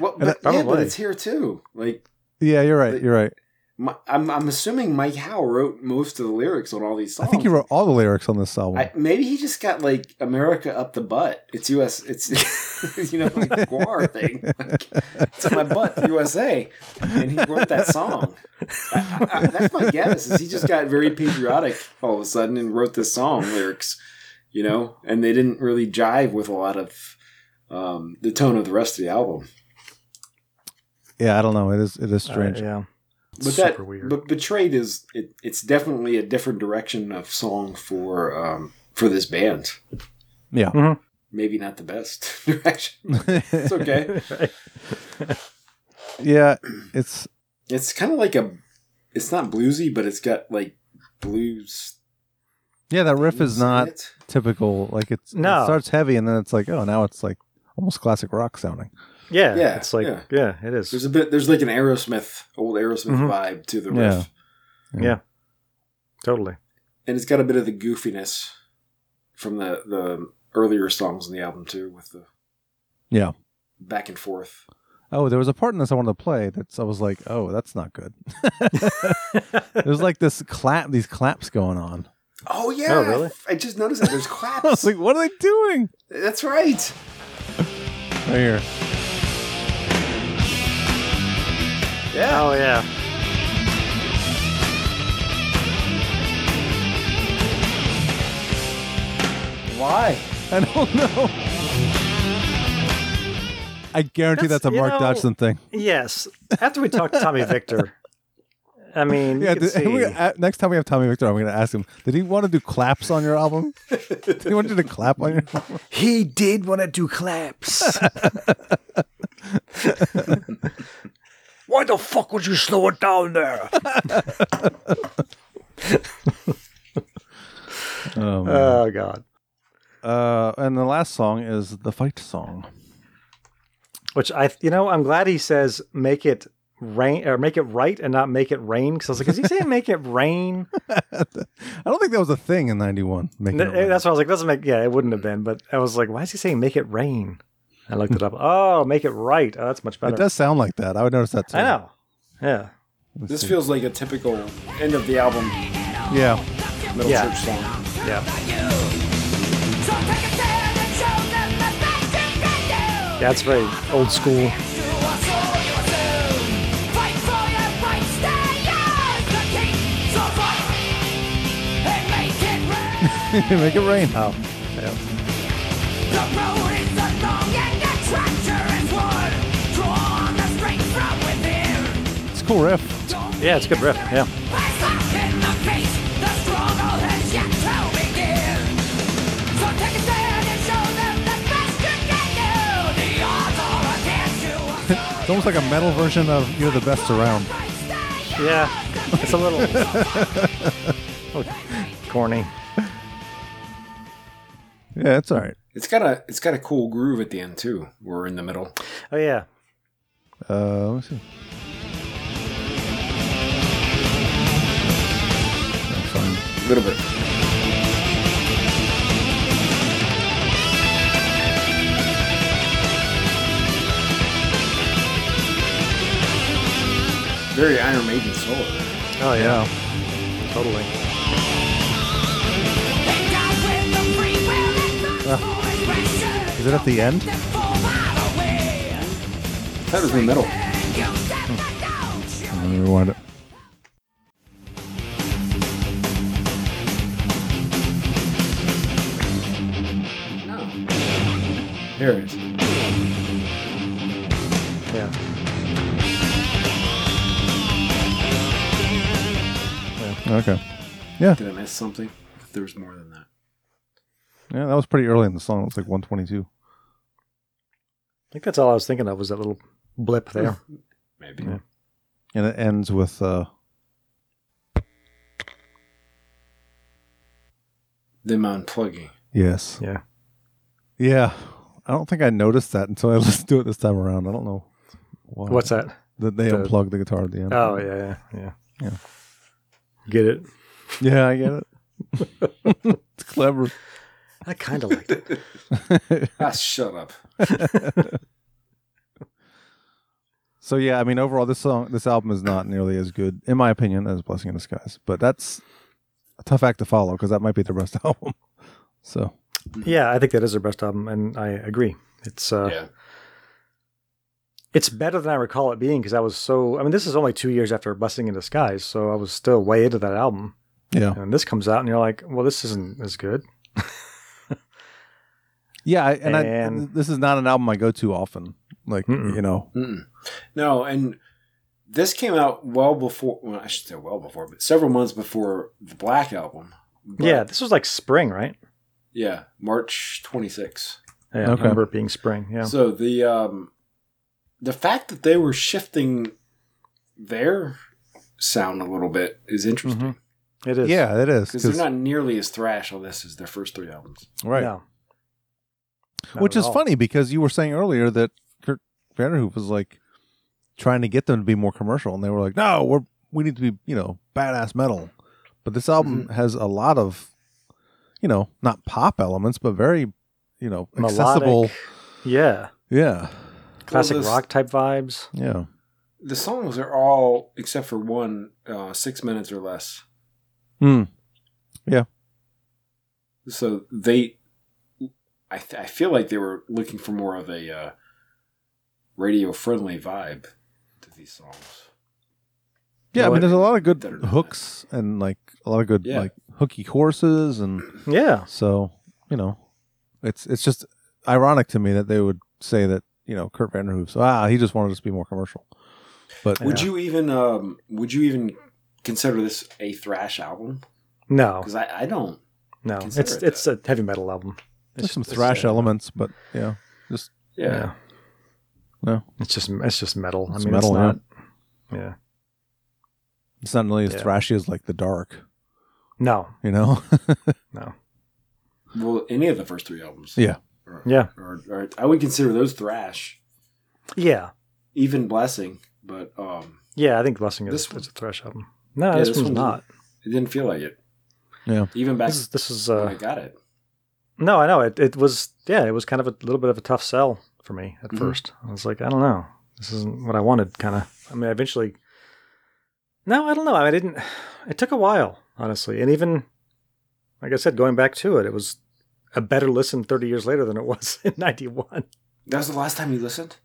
Speaker 3: Well,
Speaker 1: And
Speaker 3: but,
Speaker 1: that-
Speaker 3: yeah, but
Speaker 1: probably.
Speaker 3: it's here too. Like
Speaker 1: Yeah, you're right. You're right.
Speaker 3: my, I'm, I'm assuming Mike Howe wrote most of the lyrics on all these
Speaker 1: I
Speaker 3: songs.
Speaker 1: think he wrote all the lyrics on this album.
Speaker 3: Oh. I, maybe he just got like America up the butt. It's U.S. It's you know like the Guar thing. Like, it's up my butt, USA, and he wrote that song. I, I, I, that's my guess. Is he just got very patriotic all of a sudden and wrote this song lyrics, you know, and they didn't really jive with a lot of um, the tone of the rest of the album.
Speaker 1: yeah, I don't know. It is. It is strange.
Speaker 2: Uh, yeah.
Speaker 3: but that but betrayed is it, it's definitely a different direction of song for um for this band
Speaker 1: Yeah.
Speaker 3: maybe not the best direction it's okay
Speaker 1: Yeah. It's
Speaker 3: it's kind of like a it's not bluesy but it's got like blues
Speaker 1: yeah. That riff is
Speaker 3: Isn't
Speaker 1: not
Speaker 3: it?
Speaker 1: typical. Like it's
Speaker 2: No.
Speaker 1: it starts heavy and then it's like oh now it's like almost classic rock sounding.
Speaker 2: Yeah,
Speaker 3: Yeah,
Speaker 2: it's like
Speaker 3: yeah.
Speaker 2: yeah. it is.
Speaker 3: there's a bit there's like an aerosmith old aerosmith
Speaker 2: Mhm.
Speaker 3: vibe to the riff
Speaker 1: Mm-hmm. Yeah.
Speaker 2: yeah. totally.
Speaker 3: and it's got a bit of the goofiness from the the earlier songs in the album too with the
Speaker 1: Yeah.
Speaker 3: back and forth
Speaker 1: Oh, there was a part in this I wanted to play that's I was like, oh, that's not good. There's like this clap, these claps going on.
Speaker 3: oh yeah
Speaker 1: really?
Speaker 3: i just noticed that there's
Speaker 1: I
Speaker 3: claps
Speaker 1: was like, what are they doing?
Speaker 3: that's right
Speaker 1: Right here.
Speaker 3: Yeah.
Speaker 2: Oh yeah.
Speaker 3: Why?
Speaker 1: I don't know. I guarantee that's, a
Speaker 2: you
Speaker 1: Mark
Speaker 2: know,
Speaker 1: Dodgson thing.
Speaker 2: Yes. After we talked to Tommy Victor, I mean,
Speaker 1: Yeah.
Speaker 2: you can
Speaker 1: did- we-
Speaker 2: see,
Speaker 1: uh, next time we have Tommy Victor, I'm going to ask him, did he want to do claps on your album? did he want you to clap on your album?
Speaker 2: he did want to do claps. Why the fuck would you slow it down there?
Speaker 1: Oh, man.
Speaker 2: oh god.
Speaker 1: Uh, and the last song is the fight song.
Speaker 2: Which I, you know, I'm glad he says make it rain or make it right and not make it rain. Because I was like, is he saying make it rain?
Speaker 1: I don't think that was a thing in 91. Making
Speaker 2: Th-
Speaker 1: it rain.
Speaker 2: That's what I was like. Doesn't make. Yeah, it wouldn't have
Speaker 1: Mm.
Speaker 2: been. But I was like, why is he saying make it rain? I looked it up. Oh, make it right. Oh, that's much better.
Speaker 1: It does sound like that. I would notice that too.
Speaker 2: I know. Yeah.
Speaker 3: This feels like a typical end of the album
Speaker 1: Yeah.
Speaker 3: metal
Speaker 2: Yeah.
Speaker 3: church song.
Speaker 2: Yeah. That's very old school.
Speaker 1: Make it rain.
Speaker 2: Oh.
Speaker 1: It's a cool riff.
Speaker 2: Yeah, it's a good riff. Yeah.
Speaker 1: It's almost like a metal version of You're the Best Around.
Speaker 2: Yeah. It's a little Oh, corny.
Speaker 1: Yeah, it's all right.
Speaker 3: It's got a it's got a cool groove at the end too. We're in the middle.
Speaker 2: Oh yeah.
Speaker 1: Uh, let me see.
Speaker 3: A little bit. Very Iron Maiden solo.
Speaker 2: Oh yeah. Totally.
Speaker 5: Free
Speaker 3: Ah.
Speaker 1: Is it at the end?
Speaker 3: That was in the middle. Hmm.
Speaker 1: Let me rewind it.
Speaker 3: Here it is.
Speaker 2: Yeah.
Speaker 1: Okay. Yeah.
Speaker 3: Did I miss something? There was more than that.
Speaker 1: Yeah, that was pretty early in the song. It was like 122.
Speaker 2: I think that's all I was thinking of was that little blip there.
Speaker 3: Maybe.
Speaker 1: And it ends with uh
Speaker 3: Them unplugging.
Speaker 1: yes.
Speaker 2: Yeah.
Speaker 1: Yeah. I don't think I noticed that until I listened to it this time around. I don't know. Why.
Speaker 2: What's that?
Speaker 1: That they
Speaker 2: The-
Speaker 1: unplugged the guitar at the end.
Speaker 2: Oh yeah, yeah, yeah.
Speaker 1: Yeah.
Speaker 2: Get it?
Speaker 1: Yeah, I get it. it's clever.
Speaker 2: I kind of liked it.
Speaker 3: ah, shut up.
Speaker 1: So yeah, I mean overall this song this album is not nearly as good in my opinion as Blessing in Disguise, but that's a tough act to follow because that might be the best album. So,
Speaker 2: Yeah, I think that is their best album, and I agree. It's uh, it's better than I recall it being because I was so. I mean, this is only two years after Blessing in Disguise, so I was still way into that album.
Speaker 1: yeah.
Speaker 2: And this comes out, and you're like, well, this isn't as good.
Speaker 1: Yeah, I, and, I,
Speaker 2: And-
Speaker 1: this is not an album I go to often. Like you know,
Speaker 3: Mm-mm. No, and this came out well before. Well, I should say well before, but several months before the Black album. But-
Speaker 2: yeah, this was like spring, right?
Speaker 3: yeah, March twenty sixth.
Speaker 2: Yeah, I
Speaker 1: Okay.
Speaker 2: remember it being spring. Yeah.
Speaker 3: So the um, the fact that they were shifting their sound a little bit is interesting
Speaker 2: Mm-hmm. It is.
Speaker 1: yeah, it is
Speaker 3: because
Speaker 1: 'cause-
Speaker 3: they're not nearly as thrash on this as their first three albums.
Speaker 1: right.
Speaker 2: No. Not
Speaker 1: Which
Speaker 2: at
Speaker 1: is
Speaker 2: all.
Speaker 1: funny because you were saying earlier that Kurt Vanderhoof was like trying to get them to be more commercial, and they were like, "No, we're we need to be you know badass metal." But this album
Speaker 2: Mm-hmm.
Speaker 1: has a lot of you know not pop elements, but very you know accessible.
Speaker 2: Melodic. Yeah.
Speaker 1: Yeah,
Speaker 2: Classic
Speaker 3: this-
Speaker 2: rock type vibes.
Speaker 1: yeah,
Speaker 3: The songs are all except for one uh, six minutes or less.
Speaker 1: Hmm.
Speaker 3: so they I, th- I feel like they were looking for more of a uh, radio friendly vibe to these songs
Speaker 1: yeah. I
Speaker 2: Well,
Speaker 1: mean, there's a lot of good
Speaker 3: that are not.
Speaker 1: hooks and like a lot of good
Speaker 3: Yeah.
Speaker 1: like hooky choruses and.
Speaker 2: Yeah.
Speaker 1: So you know, it's it's just ironic to me that they would say that you know Kurt Vanderhoof's ah he just wanted us to be more commercial. But
Speaker 3: would you even um would you even consider this a thrash album
Speaker 2: No.
Speaker 3: because I, I don't
Speaker 2: No.
Speaker 3: Consider
Speaker 2: It's
Speaker 3: it
Speaker 2: it's a heavy metal album.
Speaker 1: there's
Speaker 2: It's
Speaker 1: some
Speaker 2: just- uh,
Speaker 1: thrash elements, but yeah, just
Speaker 3: yeah,
Speaker 1: no,
Speaker 2: It's just it's just metal.
Speaker 1: It's
Speaker 2: I mean,
Speaker 1: metal,
Speaker 2: it's not. Yeah.
Speaker 1: it's not really as
Speaker 2: Yeah.
Speaker 1: thrashy as like the dark,
Speaker 2: No.
Speaker 1: you know.
Speaker 2: No.
Speaker 3: well any of the first three albums
Speaker 1: yeah,
Speaker 3: or,
Speaker 2: Yeah.
Speaker 3: or, or I would consider those thrash
Speaker 2: Yeah.
Speaker 3: even blessing but um
Speaker 2: Yeah. I think Blessing is
Speaker 3: This one-
Speaker 2: is a thrash album. No,
Speaker 3: Yeah,
Speaker 2: this,
Speaker 3: this
Speaker 2: one's
Speaker 3: one didn't-
Speaker 2: not.
Speaker 3: it didn't feel like it
Speaker 1: yeah,
Speaker 3: even back
Speaker 2: This is this is
Speaker 3: when I
Speaker 2: uh
Speaker 3: got it
Speaker 2: no, I know it. It was yeah, it was kind of a little bit of a tough sell for me at
Speaker 3: Mhm.
Speaker 2: first. I was like, I don't know, this isn't what I wanted. Kind of. I mean, I eventually. No, I don't know. I didn't. It took a while, honestly, and even like I said, going back to it, it was a better listen 30 years later than it was in 91
Speaker 3: that was the last time you listened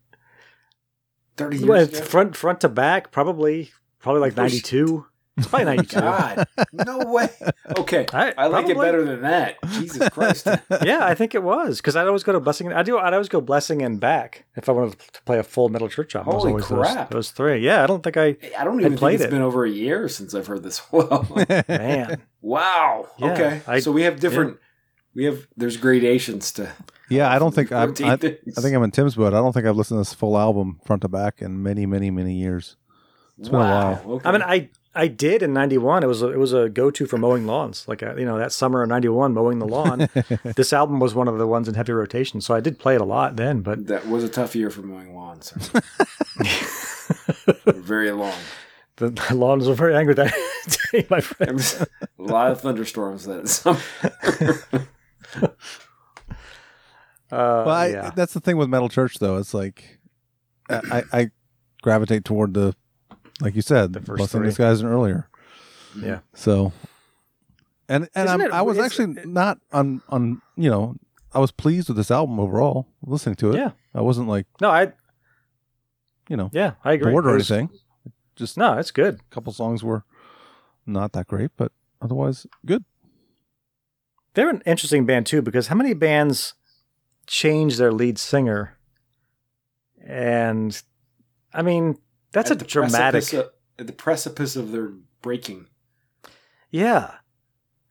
Speaker 3: 30 years
Speaker 2: well, it's
Speaker 3: ago
Speaker 2: front front to back probably probably like
Speaker 3: Of course.
Speaker 2: 92 it's probably 92
Speaker 3: God, no way. Okay,
Speaker 2: I-
Speaker 3: I, like it
Speaker 2: probably.
Speaker 3: better than that. Jesus Christ.
Speaker 2: yeah, I think it was because I'd always go to blessing. I do. I'd always go blessing and back if I wanted to play a full metal church album. It was
Speaker 3: Holy
Speaker 2: always
Speaker 3: crap.
Speaker 2: Those, those three. Yeah, I don't think I.
Speaker 3: I don't even
Speaker 2: I'd
Speaker 3: think
Speaker 2: played
Speaker 3: it's
Speaker 2: it.
Speaker 3: been over a year since I've heard this. Wow.
Speaker 2: Man,
Speaker 3: wow.
Speaker 2: Yeah,
Speaker 3: okay.
Speaker 2: I-
Speaker 3: so we have different. We have there's gradations to.
Speaker 1: yeah. I don't think I'm, I, I
Speaker 3: 14 things.
Speaker 1: think I'm in Tim's boat. I don't think I've listened to this full album front to back in many, many, many years. It's been a while.
Speaker 3: Okay.
Speaker 2: I mean, I I did in '91. It was a, it was a go to for mowing lawns. Like I, you know, that summer of '91, mowing the lawn. this album was one of the ones in heavy rotation, so I did play it a lot then. But
Speaker 3: that was a tough year for mowing lawns. Very long.
Speaker 2: the, the lawns were very angry that day, my
Speaker 3: There
Speaker 2: friend.
Speaker 3: was a lot of thunderstorms that summer.
Speaker 2: Uh,
Speaker 1: well, I,
Speaker 2: yeah.
Speaker 1: that's the thing with metal church, though. It's like I, I I gravitate toward the, like you said,
Speaker 2: The first
Speaker 1: Blessing
Speaker 2: three.
Speaker 1: Disguise and earlier.
Speaker 2: Yeah.
Speaker 1: So, and and
Speaker 2: Isn't
Speaker 1: I'm,
Speaker 2: it-
Speaker 1: I was
Speaker 2: is-
Speaker 1: actually not on on you know I was pleased with this album overall. Listening to it,
Speaker 2: Yeah.
Speaker 1: I wasn't like
Speaker 2: No, I.
Speaker 1: you know,
Speaker 2: Yeah, I agree.
Speaker 1: bored or
Speaker 2: It
Speaker 3: eh?
Speaker 2: was-
Speaker 1: anything. Just
Speaker 2: no, it's good.
Speaker 1: A couple songs were not that great, but otherwise good.
Speaker 2: They're an interesting band too because how many bands change their lead singer? And I mean, that's
Speaker 3: At
Speaker 2: a
Speaker 3: the
Speaker 2: dramatic.
Speaker 3: precipice of- at the precipice of their breaking.
Speaker 2: Yeah.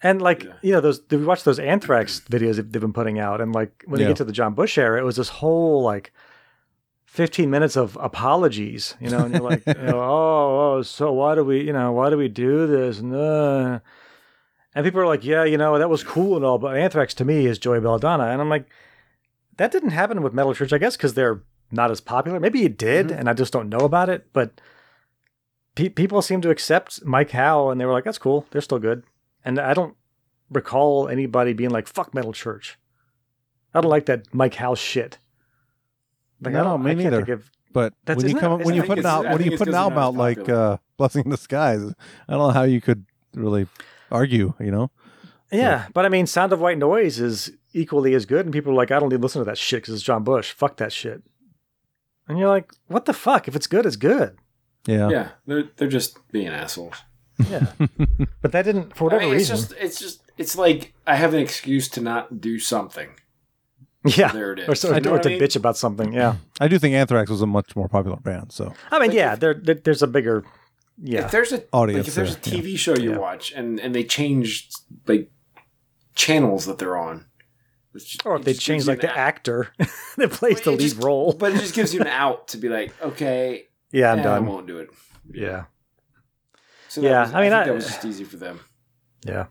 Speaker 2: And like you know those we watch those Anthrax videos that they've been putting out, and like when you
Speaker 1: Yeah.
Speaker 2: get to the John Bush era, it was this whole like fifteen minutes of apologies, you know, and you're like, you know, oh, oh, so why do we, you know, why do we do this? No. And people are like, yeah, you know, that was cool and all, but Anthrax to me is Joey Belladonna, and I'm like, that didn't happen with Metal Church, I guess, because they're not as popular. Maybe it did, and I just don't know about it, but pe- people seem to accept Mike Howe, and they were like, "That's cool. They're still good." And I don't recall anybody being like, "Fuck Metal Church." I don't like that Mike Howe shit. Like, I
Speaker 1: no,
Speaker 2: don't,
Speaker 1: me
Speaker 2: I can't
Speaker 1: neither.
Speaker 2: think of-
Speaker 1: but
Speaker 2: That's-
Speaker 1: when you
Speaker 2: isn't
Speaker 1: come
Speaker 2: that-
Speaker 1: when you
Speaker 2: isn't
Speaker 1: put
Speaker 2: that-
Speaker 1: an al-
Speaker 2: I
Speaker 1: when
Speaker 2: think
Speaker 1: you
Speaker 2: it's
Speaker 1: put an
Speaker 2: 'cause
Speaker 1: album
Speaker 2: they're not
Speaker 1: out like uh, "Blessing in Disguise," I don't know how you could really argue. You know,
Speaker 2: yeah, but I mean, Sound of White Noise is equally as good, and people are like, "I don't need to listen to that shit because it's John Bush. Fuck that shit." And you're like, "What the fuck? If it's good, it's good." Oh.
Speaker 1: yeah,
Speaker 3: yeah, they're they're just being assholes.
Speaker 2: But that didn't, for whatever
Speaker 3: I mean, it's
Speaker 2: reason.
Speaker 3: just it's just it's like I have an excuse to not do something.
Speaker 2: yeah,
Speaker 3: there it is.
Speaker 2: Or, so-
Speaker 3: You know
Speaker 2: or
Speaker 3: what I
Speaker 2: to
Speaker 3: mean?
Speaker 2: bitch about something. Yeah,
Speaker 1: I do think Anthrax was a much more popular band. So
Speaker 2: I mean, yeah, there, there, there's a bigger, yeah.
Speaker 3: If there's a
Speaker 1: Audience
Speaker 3: like if there's a
Speaker 1: there, yeah.
Speaker 3: TV show you watch and and they change like channels that they're on,
Speaker 2: or if they
Speaker 3: just
Speaker 2: change
Speaker 3: gives you
Speaker 2: like the
Speaker 3: an
Speaker 2: actor that plays the lead role.
Speaker 3: but it just gives you an out to be like, okay,
Speaker 2: Yeah, I'm
Speaker 3: eh,
Speaker 2: done.
Speaker 3: I won't do it.
Speaker 2: Yeah.
Speaker 3: So that
Speaker 2: Yeah,
Speaker 3: was-
Speaker 2: I mean,
Speaker 3: think
Speaker 2: I-
Speaker 3: that was just easy for them.
Speaker 2: Yeah.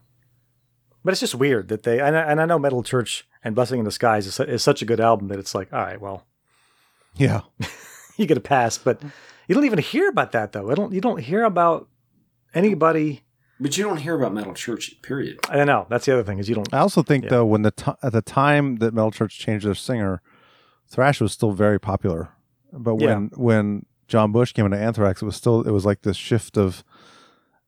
Speaker 2: But it's just weird that they and I, and I know Metal Church and Blessing in Disguise is, su- is such a good album that it's like, all right, well,
Speaker 1: yeah,
Speaker 2: you get a pass, but you don't even hear about that though. I don't you don't hear about anybody.
Speaker 3: But you don't hear about Metal Church, period.
Speaker 2: I don't know. That's the other thing is you don't.
Speaker 1: I also think
Speaker 2: Yeah.
Speaker 1: though when the ti at the time that Metal Church changed their singer, thrash was still very popular. But when when John Bush came into Anthrax, it was still it was like this shift of.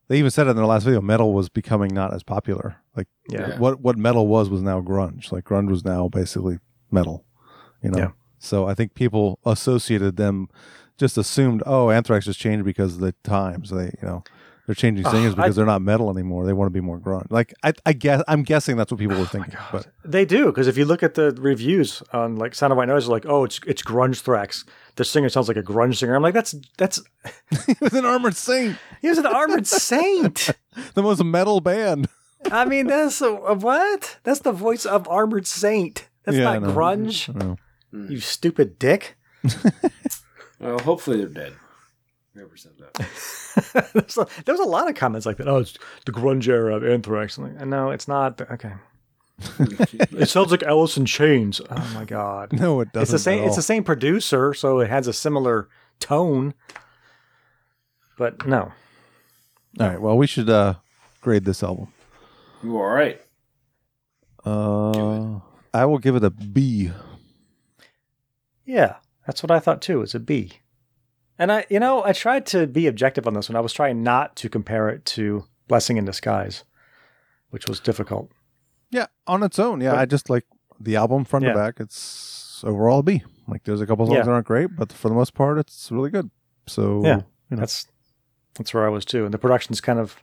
Speaker 1: They even said it in their last video, metal was becoming not as popular. Like
Speaker 2: Yeah.
Speaker 1: what what metal was was now grunge. Like grunge was now basically metal. You know.
Speaker 2: Yeah.
Speaker 1: So I think people associated them, just assumed, oh, Anthrax just changed because of the times. They you know they're changing
Speaker 2: Ugh,
Speaker 1: singers
Speaker 2: I-
Speaker 1: because they're not metal anymore. They want to be more grunge. Like I, I guess I'm guessing that's what people
Speaker 2: Oh
Speaker 1: were thinking. But
Speaker 2: They do because if you look at the reviews on like Sound of White Noise, they're like, oh, it's it's grunge thrax. The singer sounds like a grunge singer. I'm like, that's that's
Speaker 1: he was an armored saint.
Speaker 2: he was an armored saint.
Speaker 1: the most metal band.
Speaker 2: I mean, that's a, a what? That's the voice of Armored Saint. That's
Speaker 1: Yeah, I
Speaker 2: not
Speaker 1: know.
Speaker 2: grunge.
Speaker 1: I know.
Speaker 2: You stupid dick.
Speaker 3: Well, hopefully they're dead. Never said that.
Speaker 2: There's a- there was a lot of comments like that. Oh, it's the grunge era of Anthrax. I'm like, uh, no, it's not. Okay. it sounds like Alice in Chains. Oh my god.
Speaker 1: No, it
Speaker 2: It's the
Speaker 1: doesn't
Speaker 2: same.
Speaker 1: at
Speaker 2: It's
Speaker 1: all.
Speaker 2: the same producer, so it has a similar tone. But no,
Speaker 1: All right. Well, we should uh, grade this album.
Speaker 3: You all right?
Speaker 1: Uh, I will give it a B.
Speaker 2: yeah, that's what I thought too. It's a B. And I, you know, I tried to be objective on this one. I was trying not to compare it to Blessing in Disguise, which was difficult.
Speaker 1: Yeah, on its own. Yeah, I just like the album front
Speaker 2: Yeah.
Speaker 1: to back. It's overall a B. Like there's a couple songs
Speaker 2: Yeah.
Speaker 1: that aren't great, but for the most part, it's really good. So
Speaker 2: yeah, that's that's where I was too. And the production's kind of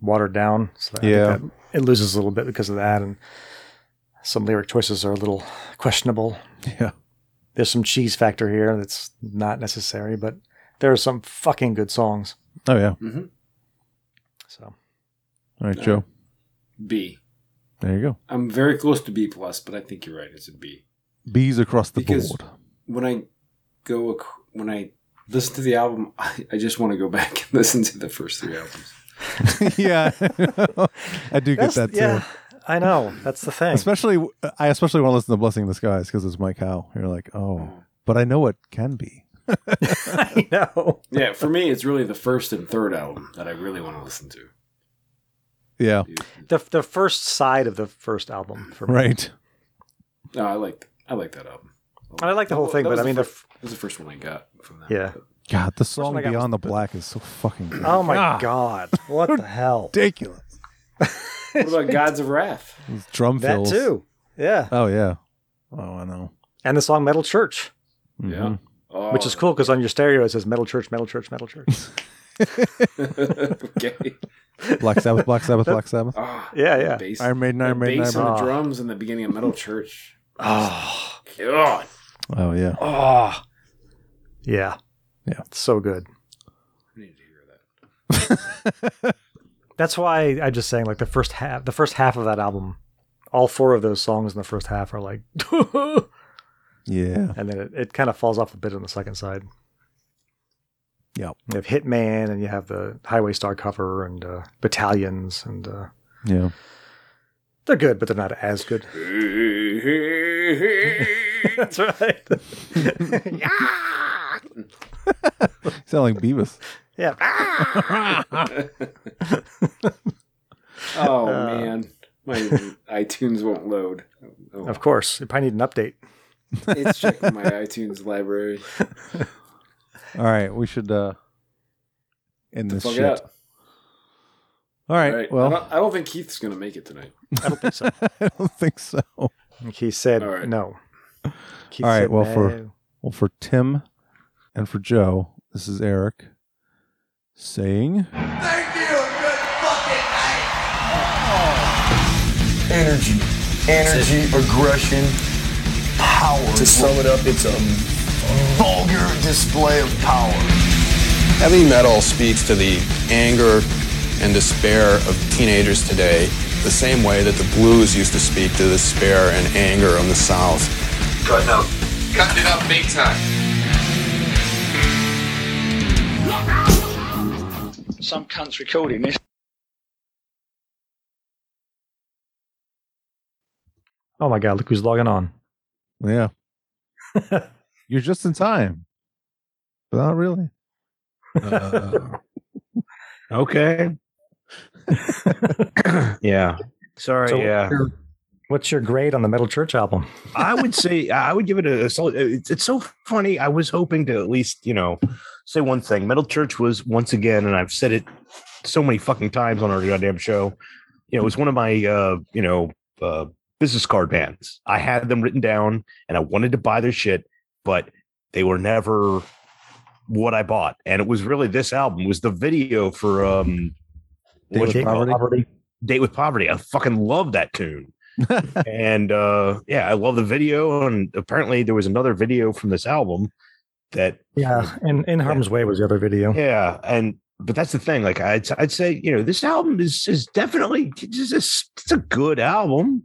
Speaker 2: watered down, so I think
Speaker 1: Yeah.
Speaker 2: that it loses a little bit because of that. And some lyric choices are a little questionable.
Speaker 1: Yeah,
Speaker 2: there's some cheese factor here that's not necessary, but there are some fucking good songs.
Speaker 1: Oh yeah.
Speaker 3: Mhm.
Speaker 2: So
Speaker 1: All right, Joe.
Speaker 3: B.
Speaker 1: There you go.
Speaker 3: I'm very close to B plus, but I think you're right. It's a B.
Speaker 1: B's across the
Speaker 3: Because-
Speaker 1: board.
Speaker 3: When I go, ac- when I listen to the album, I, I just want to go back and listen to the first three albums.
Speaker 1: yeah, I do get
Speaker 2: That's-
Speaker 1: that too.
Speaker 2: Yeah, I know. That's the thing.
Speaker 1: Especially, I especially want to listen to "Blessing in Disguise" because it's Mike Howe. You're like, oh, but I know what can be.
Speaker 2: I know.
Speaker 3: Yeah, for me, it's really the first and third album that I really want to listen to.
Speaker 1: Yeah,
Speaker 2: The the first side of the first album for me.
Speaker 1: right.
Speaker 3: No, I like I like that album.
Speaker 2: And I like the whole thing,
Speaker 3: That
Speaker 2: but
Speaker 3: was
Speaker 2: I mean
Speaker 3: the
Speaker 2: the
Speaker 3: first, that was the first one I got from that.
Speaker 2: yeah.
Speaker 1: God, the song
Speaker 2: one I got
Speaker 1: "Beyond the Black" is so fucking good.
Speaker 2: Oh my god! What the hell?
Speaker 1: ridiculous!
Speaker 3: What about Gods of Wrath?
Speaker 1: Those drum
Speaker 2: That
Speaker 1: fills.
Speaker 2: too. Yeah.
Speaker 1: Oh yeah, Oh, I know. Mm-hmm.
Speaker 2: And the song Metal Church.
Speaker 1: Yeah.
Speaker 3: Oh.
Speaker 2: Mm-hmm. Which is cool because on your stereo it says Metal Church, Metal Church, Metal Church.
Speaker 3: okay.
Speaker 1: Black Sabbath, Black Sabbath, Black Sabbath.
Speaker 3: Ah,
Speaker 2: Yeah, yeah.
Speaker 3: bass-
Speaker 1: Iron Maiden,
Speaker 3: that
Speaker 1: Iron Maiden,
Speaker 3: bass
Speaker 1: Iron
Speaker 3: and the
Speaker 1: Maiden.
Speaker 3: drums in the beginning of Metal Church.
Speaker 2: Oh,
Speaker 3: God.
Speaker 1: Oh yeah.
Speaker 2: Oh. Yeah.
Speaker 1: Yeah.
Speaker 2: so good. That's why I'm just saying, like the first half, the first half of that album, all four of those songs in the first half are like,
Speaker 1: Yeah.
Speaker 2: and then it, it kind of falls off a bit on the second side.
Speaker 1: Yep.
Speaker 2: You have Hitman, and you have the Highway Star cover, and uh, Battalions, and uh,
Speaker 1: Yeah.
Speaker 2: they're good, but they're not as good. That's right.
Speaker 1: Sound like Beavis.
Speaker 2: yeah.
Speaker 3: Oh
Speaker 2: Uh,
Speaker 3: man, my iTunes won't load. Oh,
Speaker 2: Of course, you probably need an update.
Speaker 3: it's checking my iTunes library.
Speaker 1: All right, we should uh end this
Speaker 3: Plug
Speaker 1: shit.
Speaker 3: it out.
Speaker 1: All right.
Speaker 3: All right. I,
Speaker 1: Well,
Speaker 3: don't, I don't think Keith's gonna make it tonight.
Speaker 2: I don't think so.
Speaker 1: I don't think so.
Speaker 2: He said
Speaker 3: All right.
Speaker 2: no. Keith
Speaker 1: All right.
Speaker 2: said
Speaker 1: Well, for
Speaker 2: no.
Speaker 1: well for Tim and for Joe, this is Eric saying.
Speaker 6: Thank you. Good fucking
Speaker 12: energy, energy, aggression, power. To sum it up, it's a vulgar display of power.
Speaker 13: Heavy metal speaks to the anger and despair of teenagers today, the same way that the blues used to speak to the despair and anger on the South.
Speaker 11: Cutting up. Cutting it up big time.
Speaker 12: Some cunt's recording this.
Speaker 2: Oh my God! Look who's logging on.
Speaker 1: Yeah. You're just in time. But not really.
Speaker 14: Uh, okay. yeah. Sorry.
Speaker 2: So
Speaker 14: yeah.
Speaker 2: what's your- What's your grade on the Metal Church album?
Speaker 14: I would say I would give it a, a solid. It's, it's so funny. I was hoping to at least you know say one thing. Metal Church was once again, and I've said it so many fucking times on our goddamn show. You know, it was one of my uh, you know uh, business card bands. I had them written down, and I wanted to buy their shit, but they were never what I bought. And it was really this album was the video for um
Speaker 1: Date
Speaker 14: what
Speaker 1: with
Speaker 14: you call it?
Speaker 1: Poverty?
Speaker 14: Date with Poverty. I fucking love that tune. and uh yeah, I love the video. And apparently there was another video from this album that
Speaker 2: Yeah, in in harm's way was the other video.
Speaker 14: yeah, and but that's the thing. Like I'd I'd say you know this album is is definitely it's, just, it's- it's a good album.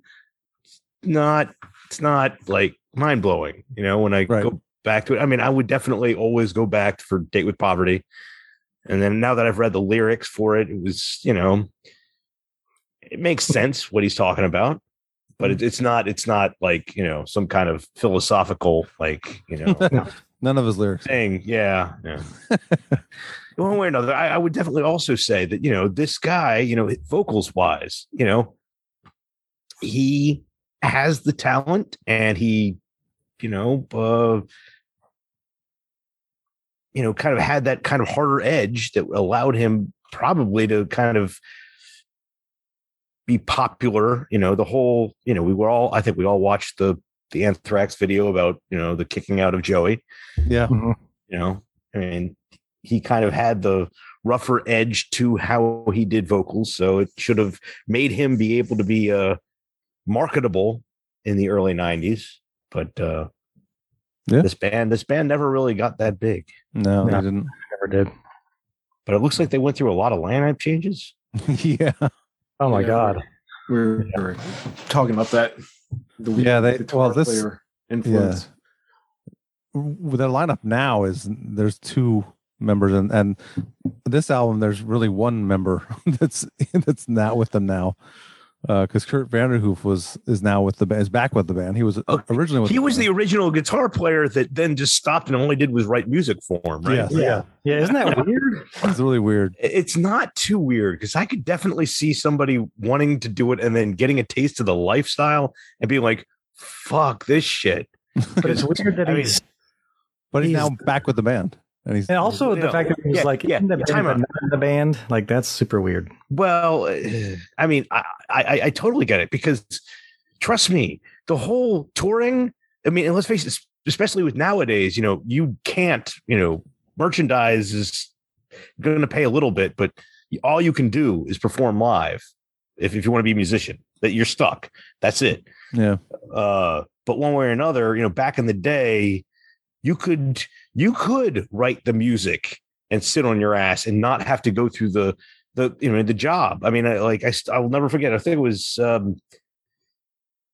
Speaker 14: It's not it's not like mind blowing. You know when I go back to it, I mean I would definitely always go back for Date with Poverty, and then now that I've read the lyrics for it, it was you know it makes sense what he's talking about. But it, it's not. It's not like you know some kind of philosophical, like you know,
Speaker 1: None of his lyrics.
Speaker 14: thing. Yeah. Yeah. One way or another, I, I would definitely also say that, you know, this guy, you know, vocals wise, you know, he has the talent and he, you know, uh, you know, kind of had that kind of harder edge that allowed him probably to kind of be popular. You know, the whole, you know, we were all, I think we all watched the, the anthrax video about, you know, the kicking out of Joey
Speaker 1: Yeah.
Speaker 14: you know i mean he kind of had the rougher edge to how he did vocals so it should have made him be able to be uh marketable in the early 90s but uh this band this band never really got that big
Speaker 1: No, they
Speaker 14: No.
Speaker 1: didn't.
Speaker 2: never did
Speaker 14: but it looks like they went through a lot of lineup changes
Speaker 1: yeah
Speaker 2: oh my
Speaker 3: Yeah.
Speaker 2: god
Speaker 3: We We're, we were talking about that. The
Speaker 1: Yeah, they-
Speaker 3: guitar
Speaker 1: well, this-
Speaker 3: player influence.
Speaker 1: with their lineup now is there's two members and and this album there's really one member that's that's not with them now because Kurt Vanderhoof was is now with the band is back with the band he was originally with
Speaker 14: Oh, he was the original guitar player that then just stopped and all he did was write music for him right
Speaker 1: Yes. Yeah.
Speaker 2: yeah isn't that weird
Speaker 1: it's really weird
Speaker 14: it's not too weird because I could definitely see somebody wanting to do it and then getting a taste of the lifestyle and being like, "Fuck this shit."
Speaker 2: But it's weird that
Speaker 14: I mean,
Speaker 2: he's
Speaker 1: but he's,
Speaker 2: he's-
Speaker 1: now back with the band and he's
Speaker 2: and also the
Speaker 14: Yeah.
Speaker 2: fact that he was
Speaker 14: Yeah,
Speaker 2: like
Speaker 14: yeah,
Speaker 2: in the
Speaker 14: yeah,
Speaker 2: band,
Speaker 14: time
Speaker 2: but
Speaker 14: out.
Speaker 2: not in the band, like that's super weird.
Speaker 14: uh, Well, I mean, I, I I totally get it because trust me, the whole touring. I mean, and let's face it, especially with nowadays, you know, you can't, you know, merchandise is going to pay a little bit, but all you can do is perform live. If, if you want to be a musician, that you're stuck. That's it.
Speaker 1: Yeah.
Speaker 14: Uh, but one way or another, you know, back in the day, you could you could write the music and sit on your ass and not have to go through the the you know the job. I mean, I, like I st- I will never forget. I think it was um,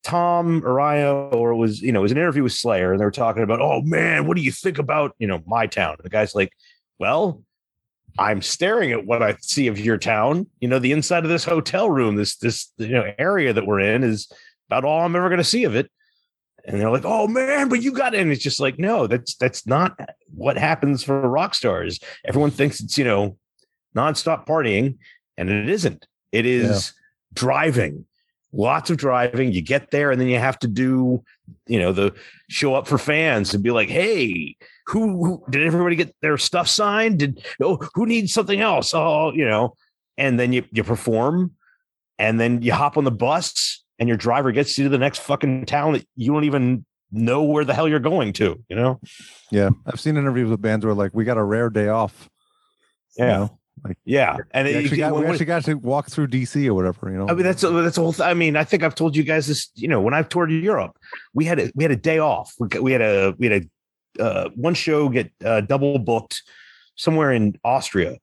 Speaker 14: Tom Araya, or it was you know it was an interview with Slayer, and they were talking about, oh man, what do you think about you know my town? And the guy's like, well, I'm staring at what I see of your town. You know, the inside of this hotel room, this this you know area that we're in is about all I'm ever going to see of it. And they're like, "Oh man, but you got it." And it's just like, no, that's that's not what happens for rock stars. Everyone thinks it's you know nonstop partying, and it isn't. It is driving, lots of driving. You get there, and then you have to do, you know, the show up for fans and be like, "Hey, who, who did everybody get their stuff signed? Did oh, who needs something else? Oh, you know." And then you you perform, and then you hop on the bus and your driver gets you to the next fucking town that you don't even know where the hell you're going to you know
Speaker 1: Yeah. I've seen interviews with bands where like we got a rare day off.
Speaker 14: yeah
Speaker 1: like
Speaker 14: yeah and
Speaker 1: we
Speaker 14: it-
Speaker 1: actually, got, we
Speaker 14: when-
Speaker 1: actually got to walk through DC or whatever, you know.
Speaker 14: I mean, that's that's the whole. Th- I mean, I think I've told you guys this. You know, when I've toured Europe, we had a we had a day off. We, got- we had a we had a uh, one show get uh, double booked somewhere in Austria,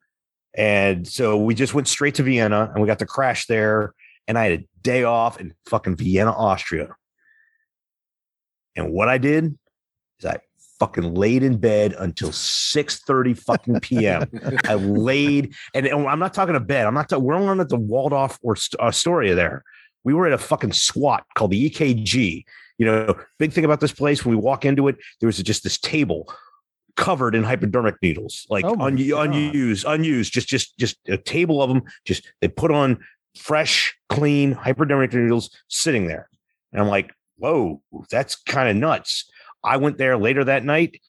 Speaker 14: and so we just went straight to Vienna and we got to crash there. And I had a day off in fucking Vienna, Austria. And what I did is I fucking laid in bed until 6 30 fucking p.m. I laid, and and I'm not talking a bed. I'm not, ta- we're not at the Waldorf or St- uh, Astoria there. We were at a fucking squat called the EKG. You know, big thing about this place when we walk into it, there was just this table covered in hypodermic needles, like un- unused, unused, just just just a table of them. Just they put on fresh, clean hypodermic needles sitting there, and I'm like, whoa, that's kind of nuts. I went there later that night,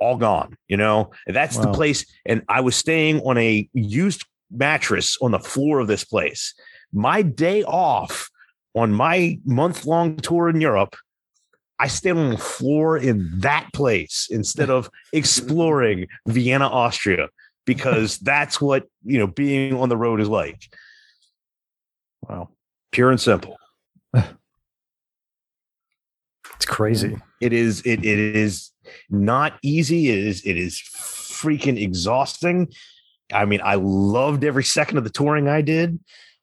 Speaker 14: all gone. You know, And that's the
Speaker 15: Wow.
Speaker 14: place, and I was staying on a used mattress on the floor of this place. My day off on my month long tour in Europe I stayed on the floor in that place instead of exploring Vienna, Austria, because that's what you know being on the road is like. Wow, pure and simple.
Speaker 2: It's crazy.
Speaker 14: It is. It it is not easy. It is. It is freaking exhausting. I mean, I loved every second of the touring I did,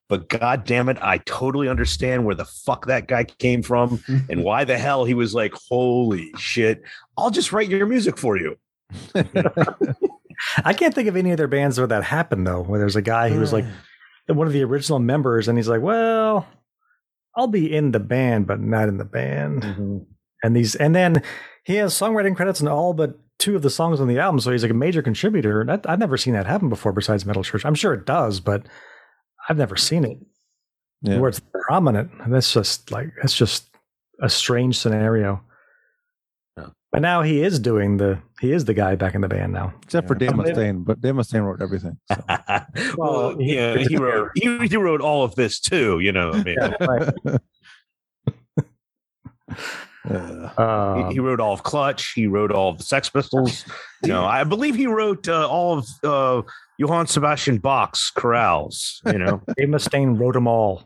Speaker 14: but god damn it, I totally understand where the fuck that guy came from and why the hell he was like, "Holy shit, I'll just write your music for you."
Speaker 2: I can't think of any other bands where that happened though, where there's a guy who was like one of the original members, and he's like, "Well, I'll be in the band, but not in the band." And these, and then he has songwriting credits in all but two of the songs on the album, so he's like a major contributor. And that, I've never seen that happen before, besides Metal Church. I'm sure it does, but I've never seen it
Speaker 1: Yeah.
Speaker 2: where it's prominent. And that's just like that's just a strange scenario. But now he is doing the he is the guy back in the band now.
Speaker 1: Except for
Speaker 2: Yeah.
Speaker 1: Dave Mustaine, but Dave Mustaine wrote everything. So.
Speaker 14: Well, yeah, he wrote he, he wrote all of this too. You know, I mean,
Speaker 2: Uh,
Speaker 14: he, he wrote all of Clutch. He wrote all of the Sex Pistols. you know, I believe he wrote uh, all of uh, Johann Sebastian Bach's chorales. You know,
Speaker 2: Dave Mustaine wrote them all.